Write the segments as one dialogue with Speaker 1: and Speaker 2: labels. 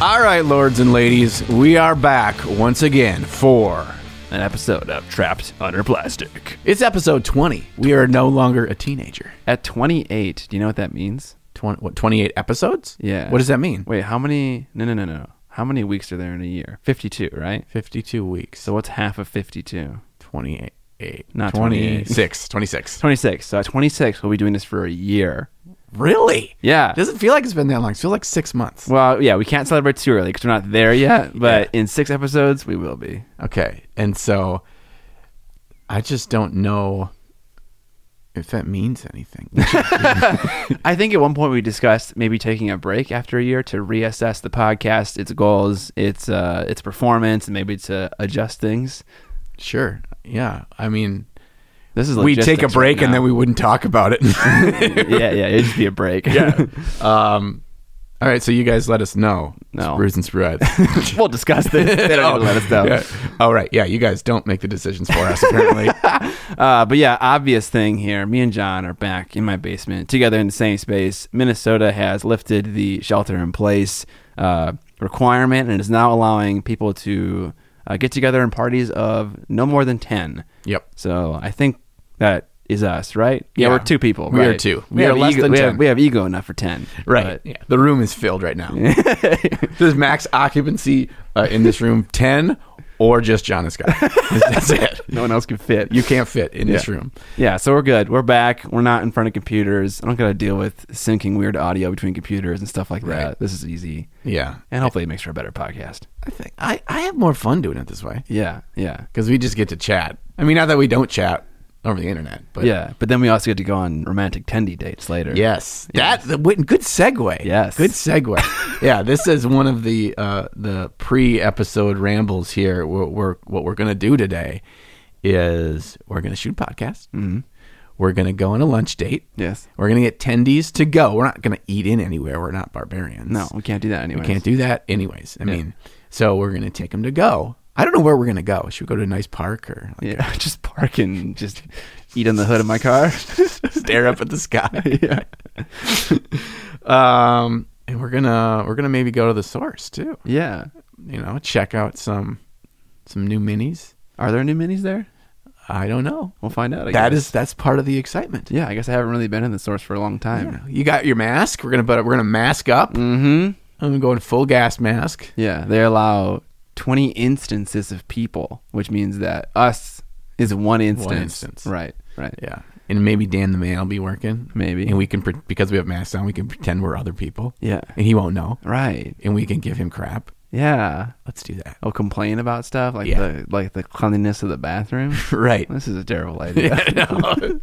Speaker 1: right, lords and ladies, we are back once again for
Speaker 2: An episode of Trapped Under Plastic.
Speaker 1: it's episode twenty. We are no longer a teenager.
Speaker 2: At 28, do you know what that means?
Speaker 1: Twenty what? Twenty eight episodes?
Speaker 2: Yeah.
Speaker 1: What does that mean?
Speaker 2: Wait, how many? No, no, no, no. How many weeks are there in a year? 52, right?
Speaker 1: Fifty two weeks.
Speaker 2: So what's half of 52?
Speaker 1: twenty eight.
Speaker 2: Not 28.
Speaker 1: 26. 26.
Speaker 2: 26. So at 26, we'll be doing this for a year.
Speaker 1: Really?
Speaker 2: Yeah.
Speaker 1: Doesn't feel like it's been that long. It feels like six months.
Speaker 2: well, yeah, we can't celebrate too early because we're not there yet, but in six episodes, we will be.
Speaker 1: Okay. And so I just don't know if that means anything.
Speaker 2: I think at one point we discussed maybe taking a break after a year to reassess the podcast, its goals, its uh, its performance, and maybe to adjust things.
Speaker 1: sure. Yeah. I mean,
Speaker 2: This is
Speaker 1: we'd take a
Speaker 2: logistics
Speaker 1: break
Speaker 2: right
Speaker 1: and then
Speaker 2: now.
Speaker 1: we wouldn't talk about it.
Speaker 2: yeah, yeah, it'd just be a break.
Speaker 1: yeah. Um, all right. So you guys let us know.
Speaker 2: No.
Speaker 1: Sprues and Spruettes.
Speaker 2: we'll discuss this. They don't even let us know.
Speaker 1: Yeah. All right. Yeah. You guys don't make the decisions for us, apparently.
Speaker 2: Uh, but yeah, obvious thing here. Me and John are back in my basement together in the same space. Minnesota has lifted the shelter in place uh, requirement and is now allowing people to uh, get together in parties of no more than 10.
Speaker 1: yep.
Speaker 2: So I think that is us, right? Yeah,
Speaker 1: Yeah.
Speaker 2: we're two people.
Speaker 1: We are
Speaker 2: right?
Speaker 1: two.
Speaker 2: We,
Speaker 1: We
Speaker 2: have
Speaker 1: are less
Speaker 2: ego,
Speaker 1: than
Speaker 2: we
Speaker 1: 10.
Speaker 2: Have, we have ego enough for 10.
Speaker 1: Right.
Speaker 2: But-
Speaker 1: Yeah. The room is filled right now. There's max occupancy uh, in this room 10 or just John and Scott. That's it.
Speaker 2: no one else can fit.
Speaker 1: You can't fit in this
Speaker 2: Yeah.
Speaker 1: room.
Speaker 2: Yeah, so we're good. We're back. We're not in front of computers. I don't got to deal with syncing weird audio between computers and stuff like
Speaker 1: Right.
Speaker 2: that. This is easy.
Speaker 1: Yeah.
Speaker 2: And hopefully it makes for a better podcast.
Speaker 1: I think I, I have more fun doing it this way
Speaker 2: Yeah, yeah.
Speaker 1: because we just get to chat. I mean, not that we don't chat over the internet, but
Speaker 2: Yeah, but then we also get to go on romantic tendy dates later.
Speaker 1: Yes, that the, wait, good segue.
Speaker 2: Yes.
Speaker 1: good segue. yeah, this is one of the uh, the pre episode rambles here. We're, we're what we're gonna do today is we're gonna shoot a podcast. Mm-hmm. We're gonna go on a lunch date.
Speaker 2: Yes.
Speaker 1: We're gonna get tendies to go. We're not gonna eat in anywhere. We're not barbarians.
Speaker 2: No, we can't do that anyway.
Speaker 1: we can't do that. Anyways, I mean, so we're gonna take them to go. I don't know where we're gonna go. Should we go to a nice park or like,
Speaker 2: Yeah, just park and just eat on the hood of my car.
Speaker 1: stare up at the sky? um, and we're gonna we're gonna maybe go to the source too.
Speaker 2: yeah.
Speaker 1: You know, check out some some new minis.
Speaker 2: Are there new minis there?
Speaker 1: I don't know.
Speaker 2: We'll find out. I
Speaker 1: That
Speaker 2: guess.
Speaker 1: is that's part of the excitement.
Speaker 2: Yeah, I guess I haven't really been in the source for a long time.
Speaker 1: You got your mask. We're gonna but we're gonna mask up.
Speaker 2: Mm-hmm.
Speaker 1: I'm going full gas mask.
Speaker 2: Yeah, they allow 20 instances of people, which means that us is one instance.
Speaker 1: instance.
Speaker 2: Right, right.
Speaker 1: Yeah, and maybe Dan the man will be working.
Speaker 2: Maybe.
Speaker 1: and we can pre- because we have masks on, we can pretend we're other people,
Speaker 2: Yeah.
Speaker 1: and he won't know,
Speaker 2: Right.
Speaker 1: and we can give him crap.
Speaker 2: Yeah.
Speaker 1: Let's do that.
Speaker 2: I'll complain about stuff like
Speaker 1: Yeah.
Speaker 2: the like the cleanliness of the bathroom.
Speaker 1: Right.
Speaker 2: this is a terrible idea.
Speaker 1: Yeah, I know.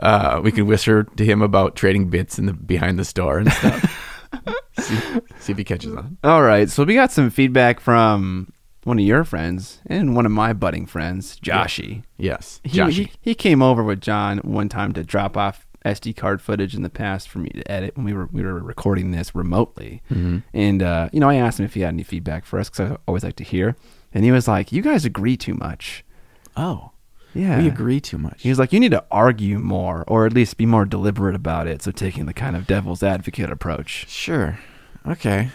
Speaker 1: uh, we can whisper to him about trading bits in the behind the store and stuff. see, see if he catches on.
Speaker 2: All right, so we got some feedback from one of your friends and one of my budding friends, Joshy.
Speaker 1: Yes,
Speaker 2: He,
Speaker 1: Joshy.
Speaker 2: he he came over with John one time to drop off SD card footage in the past for me to edit when we were we were recording this remotely. And uh, you know, I asked him if he had any feedback for us because I always like to hear. And he was like, "You guys agree too much."
Speaker 1: oh,
Speaker 2: Yeah,
Speaker 1: we agree too much.
Speaker 2: He was like, "You need to argue more, or at least be more deliberate about it." So taking the kind of devil's advocate approach.
Speaker 1: sure. Okay.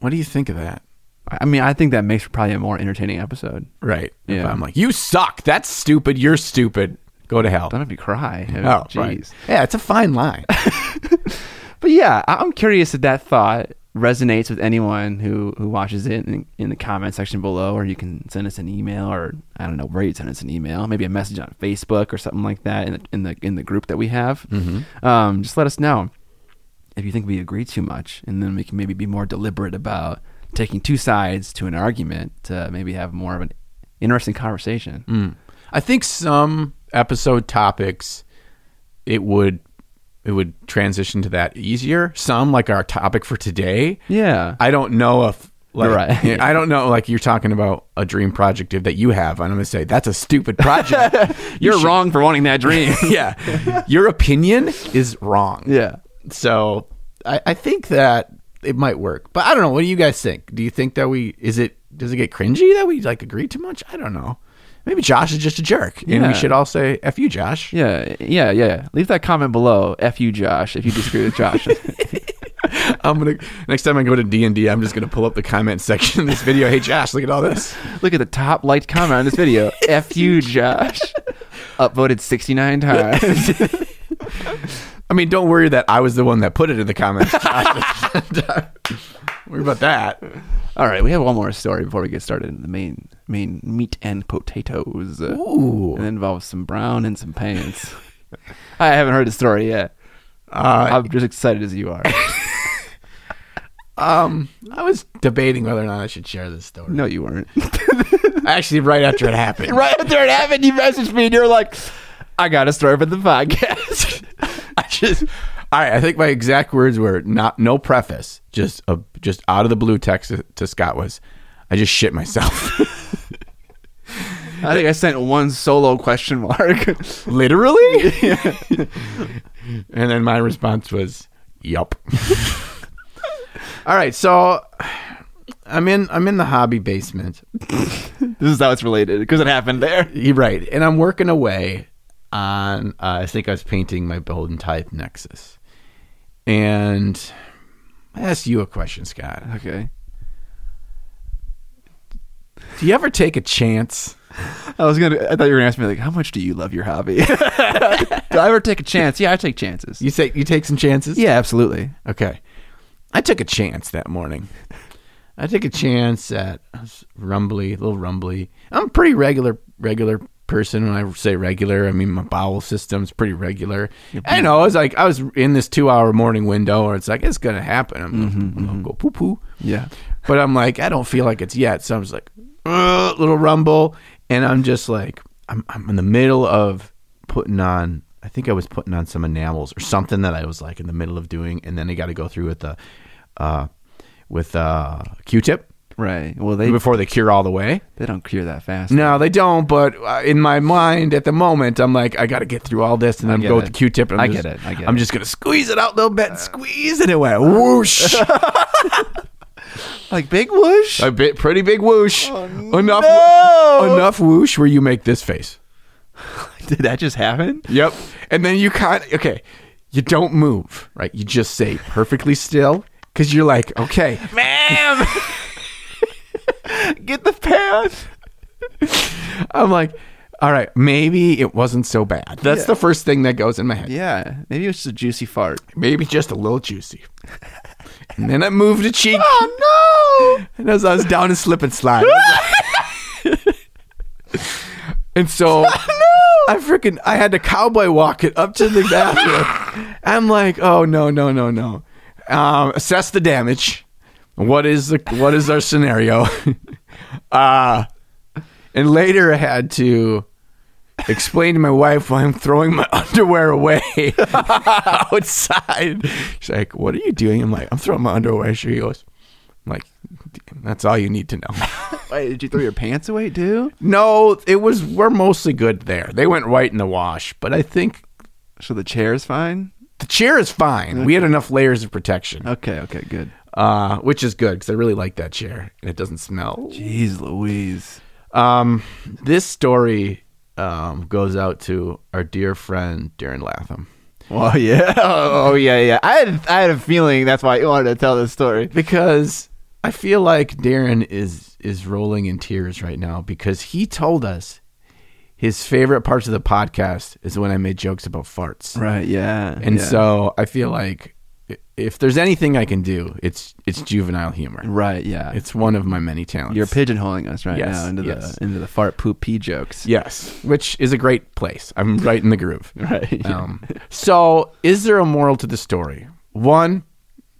Speaker 1: What do you think of that?
Speaker 2: I I mean, I think that makes for probably a more entertaining episode.
Speaker 1: Right. If
Speaker 2: Yeah.
Speaker 1: I'm like, you suck. That's stupid. You're stupid. Go to hell.
Speaker 2: Don't have you cry.
Speaker 1: Oh,
Speaker 2: jeez.
Speaker 1: right. Yeah, it's a fine line.
Speaker 2: But yeah, I- I'm curious if that thought resonates with anyone who, who watches it in, in the comment section below, or you can send us an email, or I don't know where you send us an email, maybe a message on Facebook or something like that in the in the, in the group that we have.
Speaker 1: Mm-hmm.
Speaker 2: Um, just let us know if you think we agree too much, and then we can maybe be more deliberate about taking two sides to an argument to maybe have more of an interesting conversation.
Speaker 1: Mm. I think some episode topics it would it would transition to that easier. Some like our topic for today.
Speaker 2: Yeah.
Speaker 1: I don't know if like
Speaker 2: You're right.
Speaker 1: Yeah, I don't know like you're talking about a dream project that you have and I'm going to say that's a stupid project.
Speaker 2: You're
Speaker 1: should-
Speaker 2: wrong for wanting that dream.
Speaker 1: yeah. Your opinion is wrong.
Speaker 2: yeah.
Speaker 1: So I, I think that it might work. But I don't know. What do you guys think? Do you think that we is it does it get cringy that we like agree too much? I don't know. Maybe Josh is just a jerk, and
Speaker 2: Yeah.
Speaker 1: we should all say "f you, Josh."
Speaker 2: Yeah, yeah, yeah. Leave that comment below. F you, Josh, if you disagree with Josh.
Speaker 1: I'm gonna next time I go to D and I'm just gonna pull up the comment section of this video. Hey Josh, look at all this.
Speaker 2: Look at the top liked comment on this video. F you, Josh. Upvoted 69 times.
Speaker 1: I mean, don't worry that I was the one that put it in the comments. Josh. Don't worry about that.
Speaker 2: All right, we have one more story before we get started. The main main meat and potatoes.
Speaker 1: Ooh.
Speaker 2: It involves some brown and some pants. I haven't heard the story yet.
Speaker 1: Uh,
Speaker 2: I'm just excited as you are.
Speaker 1: um, I was debating whether or not I should share this story.
Speaker 2: No, you weren't.
Speaker 1: Actually, right after it happened.
Speaker 2: right after it happened, you messaged me and you're like, I got a story for the podcast.
Speaker 1: I just all right. I think my exact words were not no preface, just a just out of the blue text to, to Scott was, I just shit myself.
Speaker 2: I think I sent one solo question mark.
Speaker 1: Literally. and then my response was, "Yup." all right, so I'm in I'm in the hobby basement.
Speaker 2: this is how it's related because it happened there.
Speaker 1: You're right, and I'm working away on. Uh, I think I was painting my golden type nexus, and I asked you a question, Scott.
Speaker 2: Okay.
Speaker 1: Do you ever take a chance?
Speaker 2: I was gonna. I thought you were gonna ask me like, how much do you love your hobby? do I ever take a chance? Yeah, I take chances.
Speaker 1: You say you take some chances.
Speaker 2: Yeah, absolutely.
Speaker 1: Okay. I took a chance that morning. I took a chance at I was rumbly, a little rumbly. I'm a pretty regular regular person. When I say regular, I mean my bowel system's pretty regular. I know. I was like, I was in this two hour morning window, where it's like it's gonna happen. I'm, gonna- I'm gonna go poo poo.
Speaker 2: Yeah.
Speaker 1: But I'm like, I don't feel like it's yet. So I'm just like, "Ugh," little rumble. And I'm just like, I'm, I'm in the middle of putting on, I think I was putting on some enamels or something that I was like in the middle of doing. And then I got to go through with the, uh, with uh, Q-tip
Speaker 2: Right. Well, they
Speaker 1: before they cure all the way.
Speaker 2: they don't cure that fast.
Speaker 1: No, they don't. But uh, in my mind at the moment, I'm like, I got to get through all this and then
Speaker 2: get
Speaker 1: go with
Speaker 2: it.
Speaker 1: the Q-tip. And I'm
Speaker 2: I
Speaker 1: just,
Speaker 2: get it. I get
Speaker 1: I'm
Speaker 2: it. Uh,
Speaker 1: just going to squeeze it out a little bit and squeeze. And it went whoosh.
Speaker 2: Like big whoosh.
Speaker 1: A bit, pretty big whoosh. enough,
Speaker 2: Oh, no!
Speaker 1: enough whoosh where you make this face.
Speaker 2: Did that just happen?
Speaker 1: Yep. And then you kind of, okay, you don't move, right? You just say perfectly still because you're like, okay,
Speaker 2: Ma'am, get the pan.
Speaker 1: I'm like, all right, maybe it wasn't so bad. That's
Speaker 2: Yeah.
Speaker 1: the first thing that goes in my head.
Speaker 2: Yeah, maybe it was just a juicy fart.
Speaker 1: Maybe just a little juicy. And then I moved a cheek.
Speaker 2: Oh no!
Speaker 1: And as I was down a slip and slide. and so I freaking I had to cowboy walk it up to the bathroom. I'm like, oh no, no, no, no. Um, assess the damage. What is the what is our scenario? uh and later I had to explain to my wife why I'm throwing my underwear away outside. She's like, "What are you doing?" I'm like, "I'm throwing my underwear." away." She goes, "I'm like, that's all you need to know."
Speaker 2: Wait, did you throw your pants away too?
Speaker 1: no, it was we're mostly good there. They went right in the wash, but I think
Speaker 2: So the chair is fine.
Speaker 1: the chair is fine. We had enough layers of protection,
Speaker 2: Okay. Okay. Good.
Speaker 1: uh, which is good because I really like that chair and it doesn't smell.
Speaker 2: Jeez, Louise.
Speaker 1: Um, this story um, goes out to our dear friend Darren Latham.
Speaker 2: Well, yeah. Oh, yeah, yeah. I had I had a feeling that's why you wanted to tell this story.
Speaker 1: because I feel like Darren is is rolling in tears right now because he told us his favorite parts of the podcast is when I made jokes about farts,
Speaker 2: Right. Yeah.
Speaker 1: and
Speaker 2: yeah.
Speaker 1: so I feel like i- if there's anything I can do, it's it's juvenile humor.
Speaker 2: Right. Yeah.
Speaker 1: It's one of my many talents.
Speaker 2: You're pigeonholing us right
Speaker 1: Yes,
Speaker 2: now into
Speaker 1: yes.
Speaker 2: the into the fart poop pee jokes.
Speaker 1: yes, which is a great place. I'm right in the groove.
Speaker 2: Right. yeah.
Speaker 1: Um, so, is there a moral to the story? One,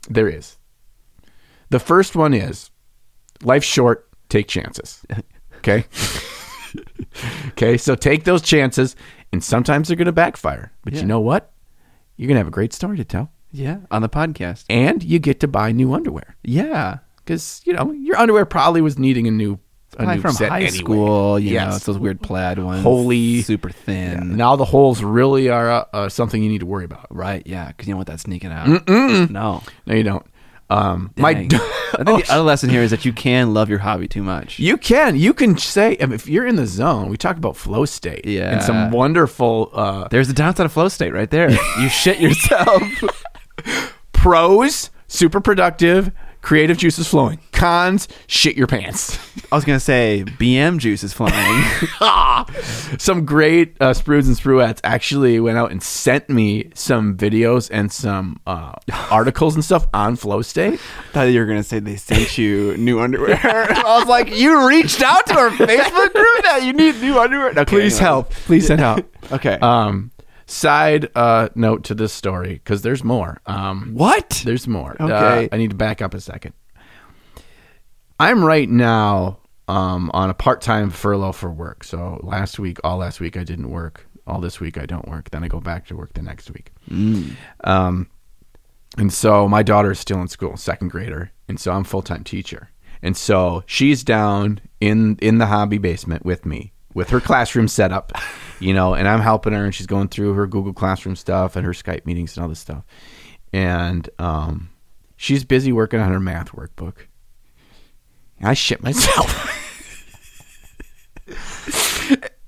Speaker 1: there is. The first one is life's short, take chances. Okay? okay, so take those chances, and sometimes they're going to backfire. But
Speaker 2: Yeah.
Speaker 1: you know what? You're going to have a great story to tell,
Speaker 2: yeah. On the podcast.
Speaker 1: and you get to buy new underwear
Speaker 2: Yeah.
Speaker 1: because, you know, your underwear probably was needing a new. A
Speaker 2: Probably
Speaker 1: new
Speaker 2: from
Speaker 1: set
Speaker 2: high
Speaker 1: anyway.
Speaker 2: school, you know,
Speaker 1: Yes.
Speaker 2: it's those weird plaid ones,
Speaker 1: Holy-
Speaker 2: super thin,
Speaker 1: Now the holes really are uh, uh, something you need to worry about.
Speaker 2: right? Yeah, because you don't want that sneaking out. No,
Speaker 1: No, you don't. Um, my
Speaker 2: Dang. I think the other lesson here is that you can love your hobby too much.
Speaker 1: You can. You can say I mean, if you're in the zone. We talk about flow state.
Speaker 2: Yeah.
Speaker 1: And some wonderful uh,
Speaker 2: There's the downside of flow state right there. you shit yourself.
Speaker 1: pros. super productive, creative juices flowing. Cons, shit your pants.
Speaker 2: I was gonna say BM juice is flying.
Speaker 1: Ah! some great uh, sprues and spruettes actually went out and sent me some videos and some uh, articles and stuff on Flow State.
Speaker 2: Thought you were gonna say they sent you new underwear. I was like, you reached out to our Facebook group that you need new underwear. Okay,
Speaker 1: Please
Speaker 2: anyway.
Speaker 1: help. Please send help.
Speaker 2: Okay.
Speaker 1: Um, side uh, note to this story because there's more. Um,
Speaker 2: what?
Speaker 1: There's more. Uh,
Speaker 2: Okay.
Speaker 1: I need to back up a second. I'm right now um, on a part time furlough for work. So last week, all last week, I didn't work. All this week, I don't work. Then I go back to work the next week. Um, and so my daughter is still in school, second grader, and so I'm full time teacher. And so she's down in in the hobby basement with me, with her classroom set up, you know, and I'm helping her, and she's going through her Google Classroom stuff and her Skype meetings and all this stuff. And um, she's busy working on her math workbook. And I shit myself.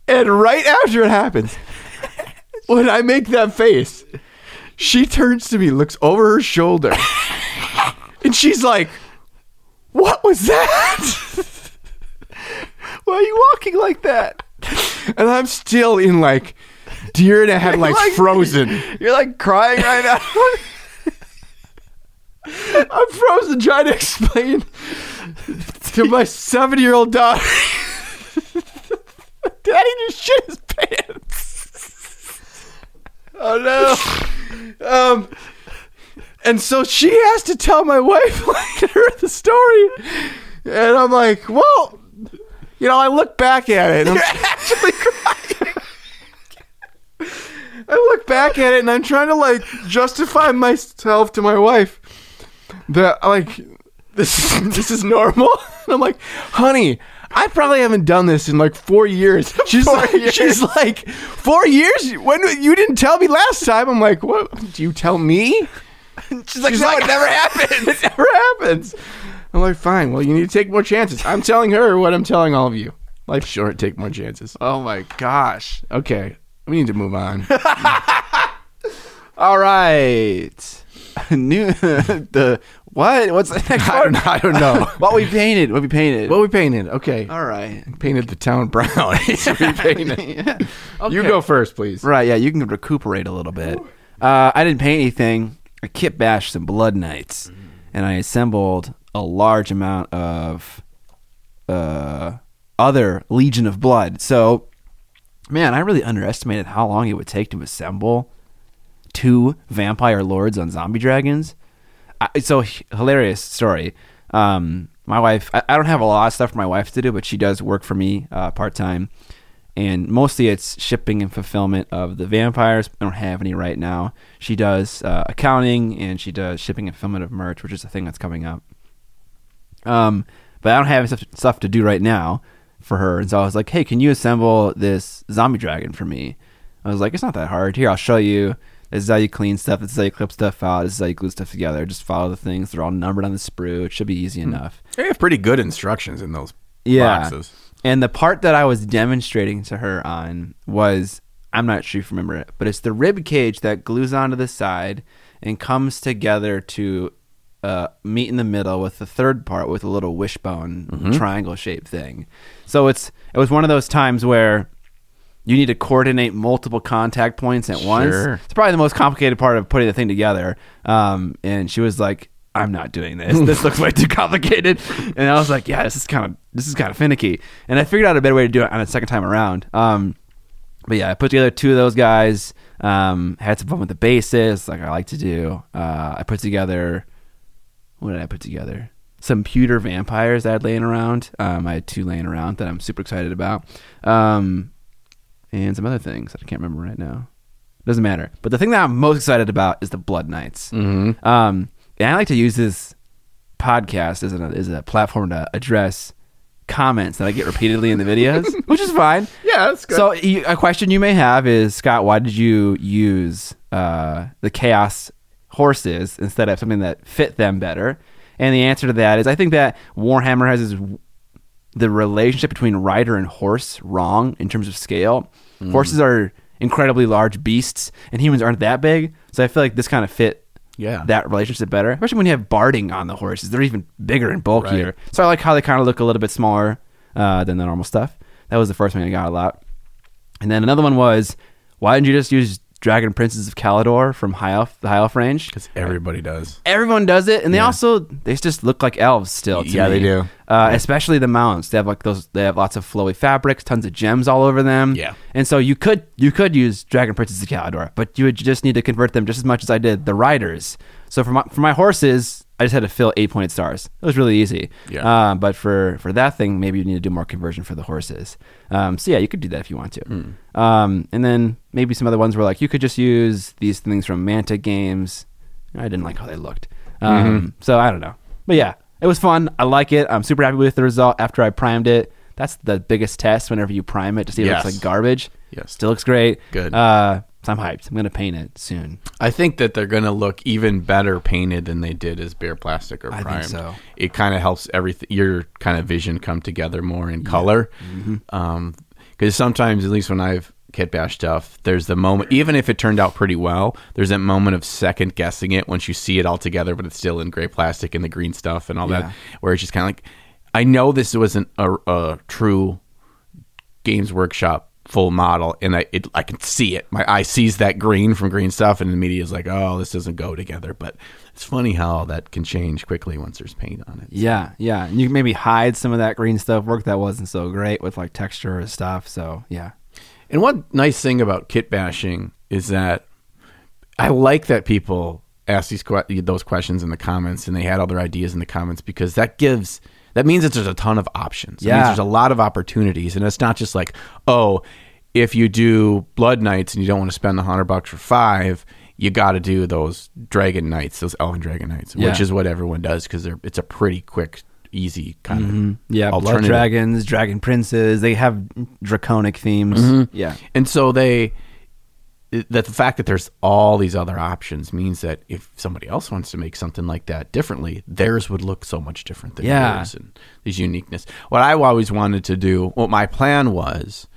Speaker 1: and right after it happens, when I make that face, she turns to me, looks over her shoulder, and she's like, What was that?
Speaker 2: Why are you walking like that?
Speaker 1: And I'm still in like deer in a headlights,
Speaker 2: Like-
Speaker 1: frozen.
Speaker 2: You're like crying right now.
Speaker 1: I'm frozen trying to explain to my seven year old daughter. Daddy just shit his pants. Oh no. Um, and so she has to tell my wife later the story. And I'm like, well, you know, I look back at it. And I'm,
Speaker 2: actually crying.
Speaker 1: I look back at it and I'm trying to like justify myself to my wife that like this this is normal. And I'm like, honey, I probably haven't done this in like four years. She's like, she's like, four years? When you didn't tell me last time? I'm like, what? Do you tell me?
Speaker 2: She's like,
Speaker 1: She's
Speaker 2: no,
Speaker 1: like-
Speaker 2: it never happened.
Speaker 1: It never happens. I'm like, fine. Well, you need to take more chances. I'm telling her what I'm telling all of you. Life's short. Take more chances.
Speaker 2: Oh my gosh.
Speaker 1: Okay, we need to move on.
Speaker 2: All right. New the what? What's the next
Speaker 1: I don't,
Speaker 2: one?
Speaker 1: I don't know.
Speaker 2: what we painted? What we painted?
Speaker 1: What we painted? Okay.
Speaker 2: All right.
Speaker 1: painted the town brown. He's repainted.
Speaker 2: Yeah.
Speaker 1: You go first, please.
Speaker 2: Right, yeah, you can recuperate a little bit. Uh, I didn't paint anything. I kit bashed some blood knights, and I assembled a large amount of uh, other Legion of Blood. So, man, I really underestimated how long it would take to assemble two vampire lords on zombie dragons. I, it's so h- hilarious story. Um, my wife, I, I don't have a lot of stuff for my wife to do, but she does work for me uh, part time, and mostly it's shipping and fulfillment of the vampires. I don't have any right now. She does uh, accounting and she does shipping and fulfillment of merch, which is a thing that's coming up. Um, but I don't have stuff, stuff to do right now for her. And so I was like, hey, can you assemble this zombie dragon for me? I was like, it's not that hard. Here, I'll show you. This is how you clean stuff. This is how you clip stuff out. This is how you glue stuff together. Just follow the things. They're all numbered on the sprue. It should be easy enough.
Speaker 1: They have pretty good instructions in those
Speaker 2: Yeah.
Speaker 1: boxes.
Speaker 2: And the part that I was demonstrating to her on was I'm not sure if you remember it, but it's the rib cage that glues onto the side and comes together to uh, meet in the middle with the third part with a little wishbone triangle shaped thing. So it's it was one of those times where you need to coordinate multiple contact points at once.
Speaker 1: Sure.
Speaker 2: It's probably the most complicated part of putting the thing together. Um, and she was like, "I'm not doing this. This looks way too complicated." And I was like, "Yeah, this is kind of this is kind of finicky." And I figured out a better way to do it on a second time around. Um, but yeah, I put together two of those guys. Um, had some fun with the bases, like I like to do. Uh, I put together what did I put together? Some pewter vampires I had laying around. Um, I had two laying around that I'm super excited about. Um, and some other things that I can't remember right now. Doesn't matter. But the thing that I'm most excited about is the Blood Knights.
Speaker 1: Mm-hmm.
Speaker 2: Um, and I like to use this podcast as a, as a platform to address comments that I get repeatedly in the videos, which is fine.
Speaker 1: Yeah, that's good.
Speaker 2: So you, a question you may have is Scott, why did you use uh, the chaos horses instead of something that fit them better? And the answer to that is I think that Warhammer has this, the relationship between rider and horse wrong in terms of scale.
Speaker 1: Mm.
Speaker 2: Horses are incredibly large beasts, and humans aren't that big, so I feel like this kind of fit
Speaker 1: Yeah.
Speaker 2: that relationship better. Especially when you have barding on the horses, they're even bigger and bulkier. So I like how they kind of look a little bit smaller uh, than the normal stuff. That was the first one I got a lot. And then another one was, why didn't you just use Dragon Princes of Calidor from High Elf, the High Elf range?
Speaker 1: Because everybody does.
Speaker 2: Everyone does it, and they also they just look like elves still. to
Speaker 1: Yeah,
Speaker 2: me.
Speaker 1: they do.
Speaker 2: Uh, Especially the mounts, they have like those. They have lots of flowy fabrics, tons of gems all over them.
Speaker 1: Yeah.
Speaker 2: and so you could you could use Dragon Princess of Calidor, but you would just need to convert them just as much as I did the riders. So for my for my horses, I just had to fill eight pointed stars. It was really easy.
Speaker 1: Yeah.
Speaker 2: Uh, but for for that thing, maybe you need to do more conversion for the horses. Um, so yeah, you could do that if you want to.
Speaker 1: Hmm.
Speaker 2: Um, and then maybe some other ones were like you could just use these things from Manta games. I didn't like how they looked.
Speaker 1: Mm-hmm.
Speaker 2: Um, So I don't know. But yeah, it was fun. I like it. I'm super happy with the result after I primed it. That's the biggest test whenever you prime it to see if it
Speaker 1: Yes.
Speaker 2: looks like garbage.
Speaker 1: Yes.
Speaker 2: Still looks great.
Speaker 1: Good.
Speaker 2: Uh, so I'm hyped. I'm going to paint it soon.
Speaker 1: I think that they're going to look even better painted than they did as bare plastic or
Speaker 2: I think
Speaker 1: primed.
Speaker 2: so.
Speaker 1: It kind of helps everything your kind of vision come together more in color.
Speaker 2: Mm-hmm.
Speaker 1: Because sometimes, at least when I've kit bash stuff, there's the moment. Even if it turned out pretty well, there's that moment of second guessing it once you see it all together, but it's still in gray plastic and the green stuff and all
Speaker 2: Yeah.
Speaker 1: that. Where it's just kind of like, I know this wasn't a, a true Games Workshop full model, and I it, I can see it. My eye sees that green from green stuff, and the media is like, "Oh, this doesn't go together." But it's funny how that can change quickly once there's paint on it.
Speaker 2: Yeah, yeah. And you can maybe hide some of that green stuff, work that wasn't so great with like texture or stuff. So yeah.
Speaker 1: And one nice thing about kit bashing is that I like that people ask these que- those questions in the comments, and they had all their ideas in the comments because that gives that means that there's a ton of options. It means
Speaker 2: Yeah.
Speaker 1: there's a lot of opportunities, and it's not just like oh, if you do blood knights and you don't want to spend the hundred bucks for five. You got to do those dragon knights, those elven dragon knights, which
Speaker 2: Yeah.
Speaker 1: is what everyone does because they're it's a pretty quick, easy kind of
Speaker 2: Mm-hmm. Yeah, blood
Speaker 1: alternative.
Speaker 2: dragons, dragon princes, they have draconic themes. Yeah.
Speaker 1: And so they that the fact that there's all these other options means that if somebody else wants to make something like that differently, theirs would look so much different than
Speaker 2: Yeah.
Speaker 1: yours and there's uniqueness. What I always wanted to do, what my plan was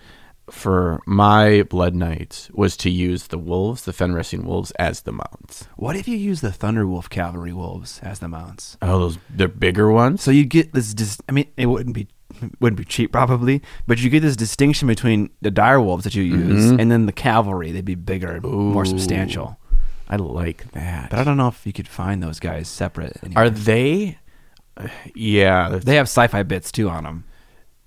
Speaker 1: for my blood knights was to use the wolves, the Fenrisian wolves, as the mounts.
Speaker 2: What if you use the Thunderwolf cavalry wolves as the mounts?
Speaker 1: Oh, those they're bigger ones.
Speaker 2: So you get this dis- I mean it wouldn't be wouldn't be cheap probably, but you get this distinction between the dire wolves that you use and then the cavalry, they'd be bigger and more substantial.
Speaker 1: I like that.
Speaker 2: But I don't know if you could find those guys separate. anywhere.
Speaker 1: Are they? uh, Yeah.
Speaker 2: they have sci-fi bits too on them.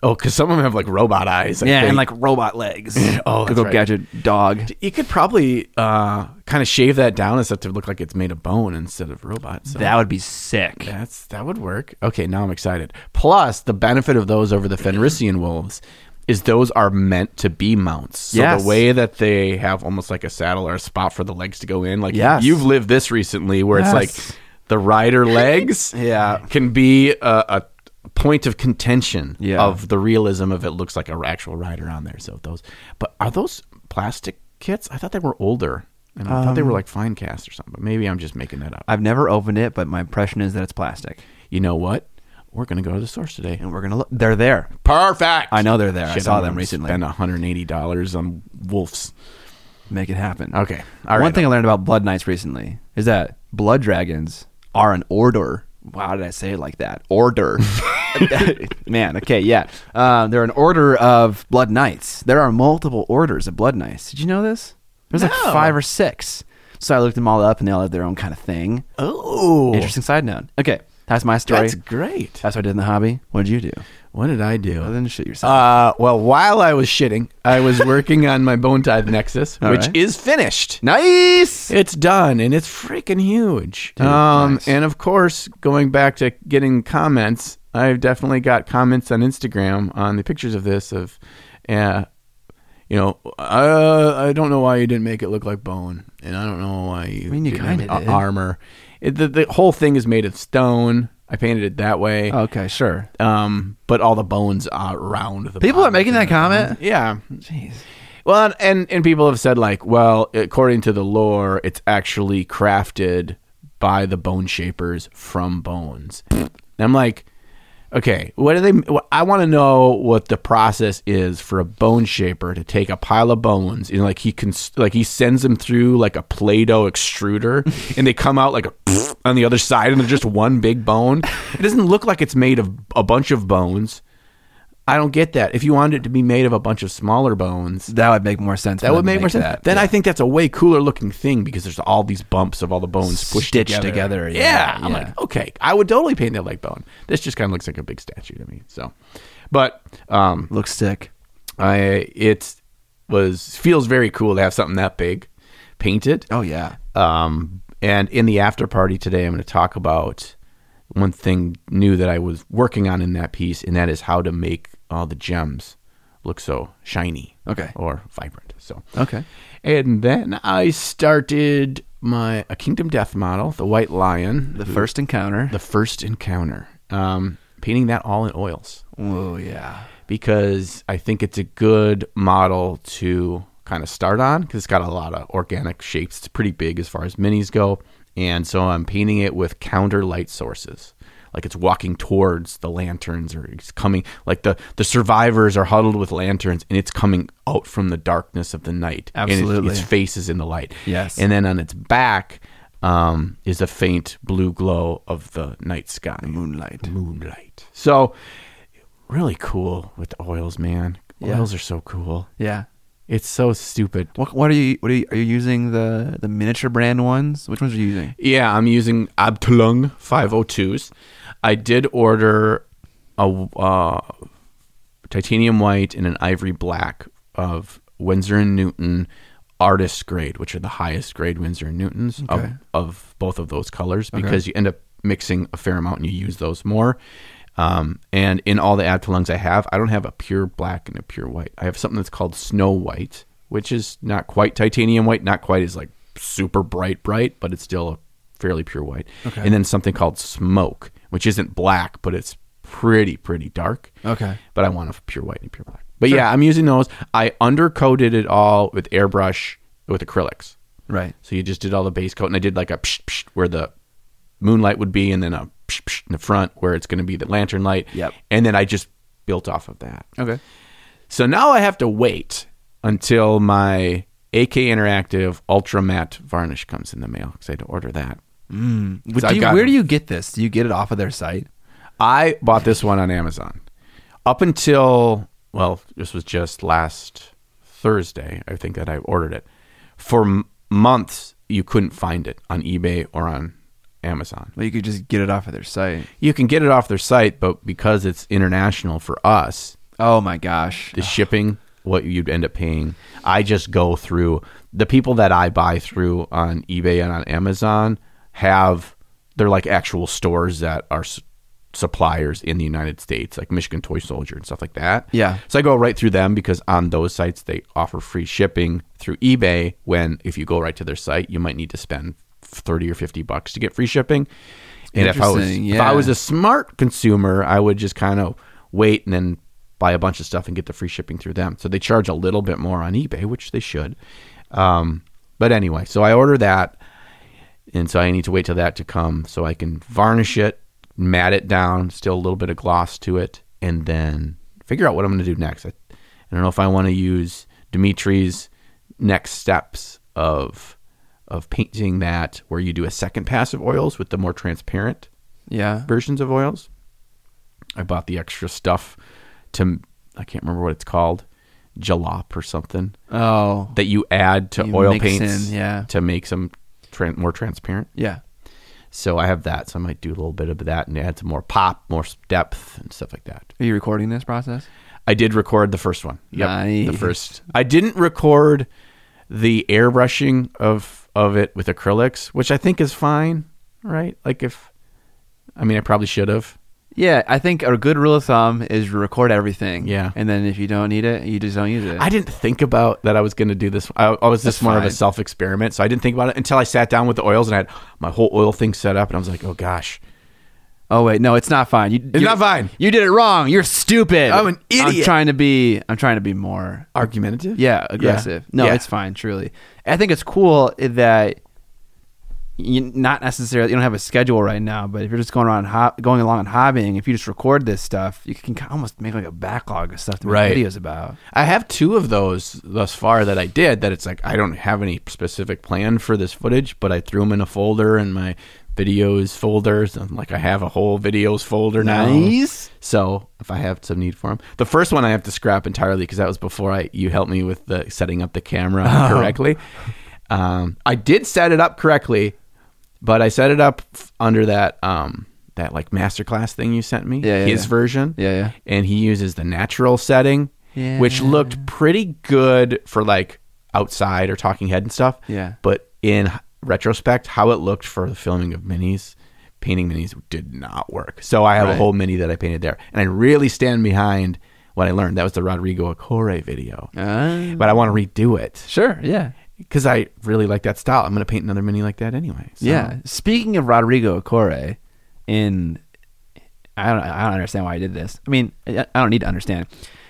Speaker 1: Oh, because some of them have like robot eyes. I
Speaker 2: yeah,
Speaker 1: think.
Speaker 2: and like robot legs.
Speaker 1: Oh, that's
Speaker 2: Go
Speaker 1: right.
Speaker 2: gadget dog.
Speaker 1: You could probably uh, kind of shave that down and stuff to look like it's made of bone instead of robot. So
Speaker 2: That would be sick.
Speaker 1: that's that would work. Okay, now I'm excited. Plus, the benefit of those over the Fenrisian wolves is those are meant to be mounts. So
Speaker 2: Yes.
Speaker 1: the way that they have almost like a saddle or a spot for the legs to go in, like
Speaker 2: Yes.
Speaker 1: you've lived this recently, where it's
Speaker 2: Yes.
Speaker 1: like the rider legs,
Speaker 2: Yeah.
Speaker 1: can be a. a point of contention
Speaker 2: Yeah.
Speaker 1: of the realism of it looks like an actual rider on there so those but are those plastic kits i thought they were older and i thought they were
Speaker 2: Um,
Speaker 1: like fine cast or something but maybe i'm just making that up
Speaker 2: I've never opened it, but my impression is that it's plastic.
Speaker 1: you know what? We're gonna go to the source today.
Speaker 2: And we're gonna look. They're there.
Speaker 1: Perfect.
Speaker 2: I know they're there. I saw them recently.
Speaker 1: Spend one hundred and eighty dollars on wolves.
Speaker 2: Make it happen.
Speaker 1: Okay. All
Speaker 2: One
Speaker 1: right.
Speaker 2: thing I learned about Blood Knights recently is that Blood Dragons are an order. Why did I say it like that? Order. Man, okay, yeah. Uh, they're an order of Blood Knights. There are multiple orders of Blood Knights. Did you know this? There's like
Speaker 1: No.
Speaker 2: five or six. So I looked them all up and they all have their own kind of thing.
Speaker 1: Oh,
Speaker 2: Interesting side note. Okay, that's my story.
Speaker 1: that's
Speaker 2: That's,
Speaker 1: great.
Speaker 2: what I did in the hobby. What did you do?
Speaker 1: What did I do?
Speaker 2: Other than shit yourself.
Speaker 1: Uh, well, while I was shitting, I was working on my bone tithe nexus,
Speaker 2: All
Speaker 1: which
Speaker 2: right.
Speaker 1: is finished.
Speaker 2: nice!
Speaker 1: It's done and it's freaking huge.
Speaker 2: Dude,
Speaker 1: um,
Speaker 2: nice.
Speaker 1: And of course, going back to getting comments, I've definitely got comments on Instagram on the pictures of this of, uh, you know, uh, I don't know why you didn't make it look like bone, and I don't know why you,
Speaker 2: mean, you
Speaker 1: didn't have
Speaker 2: kinda
Speaker 1: a-
Speaker 2: did.
Speaker 1: armor. It, the, the whole thing is made of stone. I painted it that way.
Speaker 2: Okay, sure.
Speaker 1: Um, but all the bones are around the
Speaker 2: People are
Speaker 1: bottom
Speaker 2: making
Speaker 1: of
Speaker 2: that
Speaker 1: the bone.
Speaker 2: comment?
Speaker 1: Yeah,
Speaker 2: Jeez.
Speaker 1: well, and, and and people have said like, well, according to the lore, it's actually crafted by the bone shapers from bones. And I'm like, Okay, what do they? wh- I want to know what the process is for a bone shaper to take a pile of bones and like he can like he sends them through like a Play-Doh extruder and they come out like a on the other side and they're just one big bone. It doesn't look like it's made of a bunch of bones. I don't get that. If you wanted it to be made of a bunch of smaller bones,
Speaker 2: That would make more sense.
Speaker 1: that would make more sense. then I think that's a way cooler looking thing because there's all these bumps of all the bones pushed
Speaker 2: Stitched together, yeah,
Speaker 1: I'm
Speaker 2: yeah.
Speaker 1: like, okay, I would totally paint that like bone. This just kind of looks like a big statue to me. So, but um,
Speaker 2: looks sick.
Speaker 1: I it was feels very cool to have something that big painted.
Speaker 2: Oh yeah.
Speaker 1: Um, and in the after party today, I'm going to talk about one thing new that I was working on in that piece, and that is how to make all the gems look so shiny,
Speaker 2: Okay.
Speaker 1: or vibrant. So
Speaker 2: Okay.
Speaker 1: and then I started my a Kingdom Death model, the White Lion,
Speaker 2: The first encounter.
Speaker 1: the first encounter. Um, painting that all in oils
Speaker 2: oh yeah.
Speaker 1: because I think it's a good model to kind of start on because it's got a lot of organic shapes. It's pretty big as far as minis go, and so I'm painting it with counter light sources. Like it's walking towards the lanterns, or it's coming. Like the the survivors are huddled with lanterns, and it's coming out from the darkness of the night. and it-
Speaker 2: Absolutely.
Speaker 1: its face is in the light.
Speaker 2: Yes.
Speaker 1: and then on its back um, is a faint blue glow of the night sky
Speaker 2: Moonlight.
Speaker 1: moonlight. So really cool with the oils, man.
Speaker 2: Yeah.
Speaker 1: Oils are so cool.
Speaker 2: Yeah.
Speaker 1: It's so stupid.
Speaker 2: What what are you what are you, are you using the the miniature brand ones? Which ones are you using?
Speaker 1: Yeah, I'm using Abtulung 502s. I did order a uh, titanium white and an ivory black of Windsor and Newton artist grade, which are the highest grade Windsor and Newtons
Speaker 2: Okay.
Speaker 1: of, of both of those colors because you end up mixing a fair amount and you use those more. Um, and in all the Abtulungs I have, I don't have a pure black and a pure white. I have something that's called Snow White, which is not quite titanium white, not quite as like super bright bright, but it's still a fairly pure white.
Speaker 2: Okay.
Speaker 1: And then something called Smoke, which isn't black, but it's pretty pretty dark
Speaker 2: Okay.
Speaker 1: but I want a pure white and a pure black. But yeah, I'm using those. I undercoated it all with airbrush with acrylics.
Speaker 2: Right.
Speaker 1: So you just did all the base coat, and I did like a psh, psh, where the moonlight would be, and then a psh, psh in the front where it's going to be the lantern light.
Speaker 2: Yep.
Speaker 1: And then I just built off of that.
Speaker 2: Okay.
Speaker 1: So now I have to wait until my AK Interactive Ultra Matte varnish comes in the mail because I had to order that.
Speaker 2: Mm. But
Speaker 1: So
Speaker 2: do
Speaker 1: I've
Speaker 2: you-
Speaker 1: got-
Speaker 2: where do you get this? Do you get it off of their site?
Speaker 1: I bought this one on Amazon. Up until well, this was just last Thursday, I think that I ordered it. For m- months, you couldn't find it on eBay or on Amazon.
Speaker 2: Well, you could just get it off of their site.
Speaker 1: You can get it off their site, but because it's international for us,
Speaker 2: Oh my gosh.
Speaker 1: the shipping, what you'd end up paying, I just go through the people that I buy through on eBay and on Amazon have they're like actual stores that are s- suppliers in the United States, like Michigan Toy Soldier and stuff like that.
Speaker 2: Yeah.
Speaker 1: So I go right through them because on those sites they offer free shipping through eBay. When if you go right to their site, you might need to spend thirty or fifty bucks to get free shipping. And if I was
Speaker 2: Interesting,
Speaker 1: if I
Speaker 2: yeah.
Speaker 1: was a smart consumer, I would just kind of wait and then buy a bunch of stuff and get the free shipping through them. So they charge a little bit more on eBay, which they should. Um, but anyway, so I order that, and so I need to wait till that to come so I can varnish it, matte it down, still a little bit of gloss to it, and then figure out what I'm going to do next. I, I don't know if I want to use Dimitri's next steps of of painting that where you do a second pass of oils with the more transparent
Speaker 2: Yeah.
Speaker 1: versions of oils. I bought the extra stuff to I can't remember what it's called, jalop or something
Speaker 2: Oh.
Speaker 1: that you add to
Speaker 2: You
Speaker 1: oil
Speaker 2: mix
Speaker 1: paints
Speaker 2: in, yeah.
Speaker 1: to make them tran more transparent.
Speaker 2: Yeah.
Speaker 1: So I have that. So I might do a little bit of that and add some more pop, more s- depth, and stuff like that.
Speaker 2: Are you recording this process?
Speaker 1: I did record the first one. the
Speaker 2: Nice.
Speaker 1: first. I didn't record the airbrushing of of it with acrylics, which I think is fine, right? Like if, I mean, I probably should have.
Speaker 2: Yeah, I think a good rule of thumb is record everything.
Speaker 1: Yeah.
Speaker 2: And then if you don't need it, you just don't use it.
Speaker 1: I didn't think about that I was going to do this. I, I was just
Speaker 2: That's
Speaker 1: more of a
Speaker 2: fine.
Speaker 1: self experiment, so I didn't think about it until I sat down with the oils and I had my whole oil thing set up, and I was like, oh gosh,
Speaker 2: oh wait, no, it's not fine. You, it's
Speaker 1: not fine.
Speaker 2: You did it wrong. You're stupid.
Speaker 1: I'm an
Speaker 2: I'm
Speaker 1: idiot.
Speaker 2: trying to be. I'm trying to be more.
Speaker 1: argumentative.
Speaker 2: Yeah, aggressive. No,
Speaker 1: Yeah.
Speaker 2: it's fine. Truly, I think it's cool that you not necessarily you don't have a schedule right now, but if you're just going around ho- going along and hobbying, if you just record this stuff, you can ki- almost make like a backlog of stuff to make
Speaker 1: Right.
Speaker 2: videos about.
Speaker 1: I have two of those thus far that I did that it's like I don't have any specific plan for this footage, but I threw them in a folder in my videos folder. So I'm like I have a whole videos folder now.
Speaker 2: Nice.
Speaker 1: So if I have some need for them, the first one I have to scrap entirely because that was before I you helped me with the setting up the camera
Speaker 2: Oh.
Speaker 1: correctly. Um, I did set it up correctly, but I set it up f- under that um, that like masterclass thing you sent me,
Speaker 2: Yeah, yeah,
Speaker 1: his
Speaker 2: yeah.
Speaker 1: version,
Speaker 2: Yeah, yeah.
Speaker 1: and he uses the natural setting, which
Speaker 2: Yeah.
Speaker 1: looked pretty good for like outside or talking head and stuff.
Speaker 2: Yeah.
Speaker 1: But in h- retrospect, how it looked for the filming of minis, painting minis did not work. So I have a
Speaker 2: Right.
Speaker 1: whole mini that I painted there, and I really stand behind what I learned. That was the Rodrigo Acore video,
Speaker 2: Uh,
Speaker 1: but I want to redo it
Speaker 2: sure. Yeah.
Speaker 1: because I really like that style. I'm going to paint another mini like that anyway. So.
Speaker 2: Yeah. Speaking of Rodrigo Corre, in I don't I don't understand why I did this. I mean, I I don't need to understand.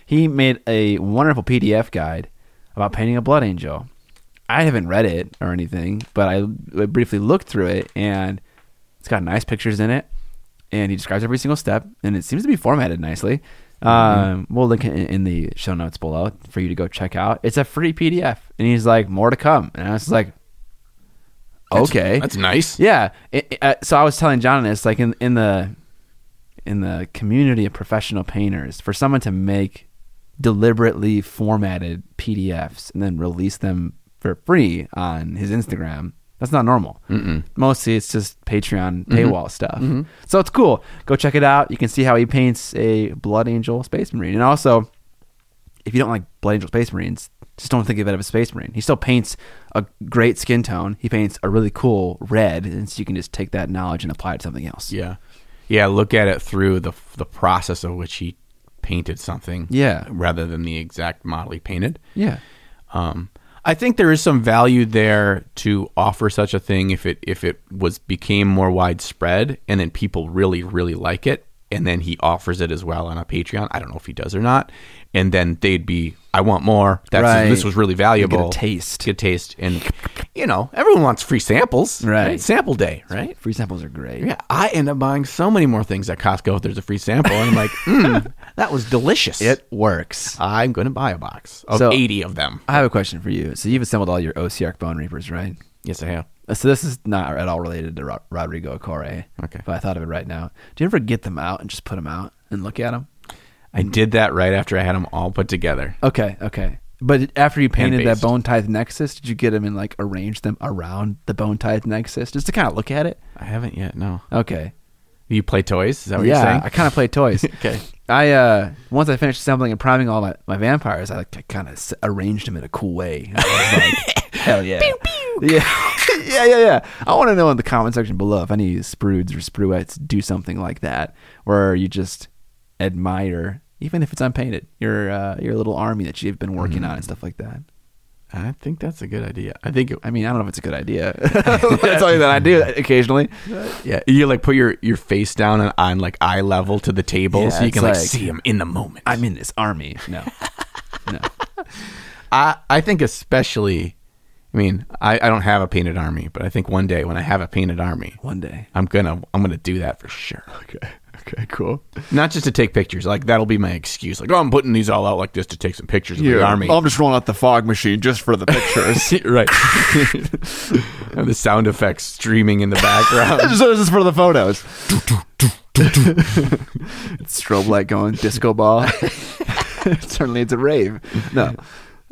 Speaker 2: He made a wonderful PDF guide about painting a blood angel. I haven't read it or anything, but I briefly looked through it and it's got nice pictures in it and he describes every single step and it seems to be formatted nicely.
Speaker 1: Mm-hmm.
Speaker 2: Um, we'll link it in- in the show notes below for you to go check out. It's a free PDF and he's like more to come. And I was like okay.
Speaker 1: That's nice.
Speaker 2: Yeah. It- it- uh, so I was telling John this, like in in the in the community of professional painters, for someone to make deliberately formatted PDFs and then release them for free on his Instagram, that's not normal.
Speaker 1: Mm-mm.
Speaker 2: Mostly it's just Patreon paywall stuff. So it's cool. Go check it out. You can see how he paints a Blood Angel Space Marine, and also if you don't like Blood Angel Space Marines, just don't think of it as a Space Marine. He still paints a great skin tone. He paints a really cool red, and so you can just take that knowledge and apply it to something else.
Speaker 1: Yeah, yeah. Look at it through the the process of which he painted something.
Speaker 2: Yeah.
Speaker 1: rather than the exact model he painted.
Speaker 2: Yeah.
Speaker 1: Um, I think there is some value there to offer such a thing if it if it was became more widespread and then people really really like it and then he offers it as well on a Patreon. I don't know if he does or not. And then they'd be I want more. That's
Speaker 2: Right.
Speaker 1: this was really valuable.
Speaker 2: taste.
Speaker 1: Get a taste and you know, everyone wants free samples.
Speaker 2: Right.
Speaker 1: Sample day, right?
Speaker 2: Free samples are great.
Speaker 1: Yeah, I end up buying so many more things at Costco if there's a free sample. And I'm like, mm, that was delicious.
Speaker 2: It works.
Speaker 1: I'm going to buy a box of
Speaker 2: So-
Speaker 1: 80 of them.
Speaker 2: I have a question for you. So you've assembled all your OCR Bone Reapers, right?
Speaker 1: Yes, I have.
Speaker 2: Uh, So this is not at all related to Ro- Rodrigo Corre.
Speaker 1: Okay.
Speaker 2: But I thought of it right now. Do you ever get them out and just put them out and look at them?
Speaker 1: I did that right after I had them all put together.
Speaker 2: Okay, okay. But after you painted that
Speaker 1: Hand-based.
Speaker 2: bone tithe nexus, did you get them and like arrange them around the bone tithe nexus just to kind of look at it?
Speaker 1: I haven't yet. No.
Speaker 2: Okay.
Speaker 1: You play toys? Is that what
Speaker 2: yeah,
Speaker 1: you're saying?
Speaker 2: I kind of play toys.
Speaker 1: Okay.
Speaker 2: I uh once I finished assembling and priming all my, my vampires, I like I kind of s- arranged them in a cool way. I was like, hell yeah. Yeah. yeah, yeah, yeah. I want to know in the comment section below if any of you sprudes or spruettes do something like that where you just admire even if it's unpainted, your uh, your little army that you've been
Speaker 1: Mm-hmm.
Speaker 2: working on and stuff like that.
Speaker 1: I think that's a good idea. I think. It,
Speaker 2: I mean, I don't know if it's a good idea. I tell you that I do occasionally.
Speaker 1: yeah, you like put your, your face down on, on like eye level to the table
Speaker 2: Yeah,
Speaker 1: so you
Speaker 2: it's
Speaker 1: can like,
Speaker 2: like-
Speaker 1: see them in the moment.
Speaker 2: I'm in this army. No, no.
Speaker 1: I, I think especially. I mean, I, I don't have a painted army, but I think one day when I have a painted army,
Speaker 2: One day.
Speaker 1: I'm gonna I'm gonna do that for sure.
Speaker 2: Okay. Okay. Cool.
Speaker 1: Not just to take pictures. Like that'll be my excuse. Like, oh, I'm putting these all out like this to take some pictures of the army.
Speaker 2: I'm just rolling out the fog machine just for the pictures.
Speaker 1: right. and the sound effects streaming in the background.
Speaker 2: so this is for the photos. Strobe light going, disco ball. Certainly, it's a rave. No.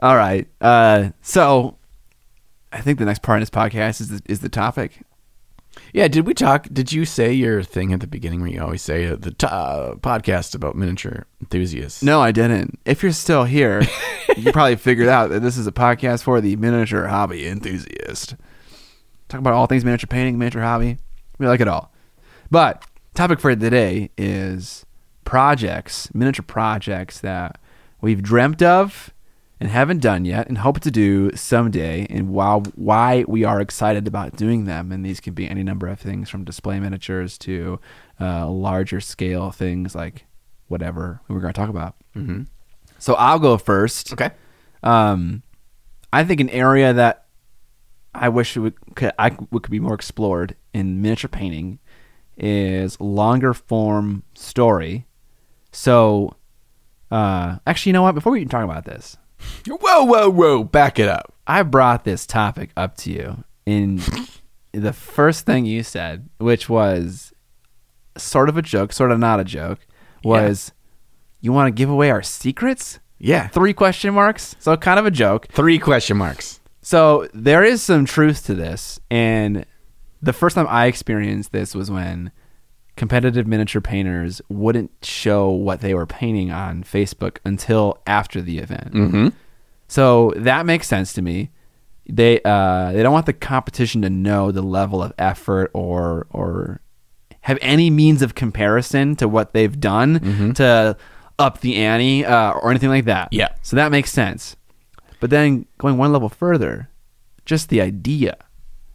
Speaker 2: All right. Uh, so, I think the next part in this podcast is the, is the topic.
Speaker 1: yeah, did we talk? Did you say your thing at the beginning where you always say uh, the t- uh, podcast about miniature enthusiasts?
Speaker 2: No, I didn't. If you're still here, you probably figured out that this is a podcast for the miniature hobby enthusiast. Talk about all things miniature painting, miniature hobby. We like it all. But topic for today is projects, miniature projects that we've dreamt of and haven't done yet and hope to do someday and while why we are excited about doing them and these can be any number of things from display miniatures to uh, larger scale things like whatever we were going to talk about
Speaker 1: Mm-hmm.
Speaker 2: so I'll go first.
Speaker 1: Okay.
Speaker 2: Um, I think an area that I wish it would could, I what could be more explored in miniature painting is longer form story. So, uh, actually, you know what? Before we even talk about this,
Speaker 1: Whoa, whoa, whoa! Back it up.
Speaker 2: I brought this topic up to you in the first thing you said, which was sort of a joke, sort of not a joke, was you want to give away our secrets?
Speaker 1: Yeah.
Speaker 2: Three question marks. So kind of a joke.
Speaker 1: Three question marks.
Speaker 2: So there is some truth to this, and the first time I experienced this was when competitive miniature painters wouldn't show what they were painting on Facebook until after the event. Mm-hmm. So that makes sense to me. They uh, they don't want the competition to know the level of effort or or have any means of comparison to what they've done to up the ante uh, or anything like that.
Speaker 1: Mm-hmm. Yeah.
Speaker 2: So that makes sense. But then going one level further, just the idea.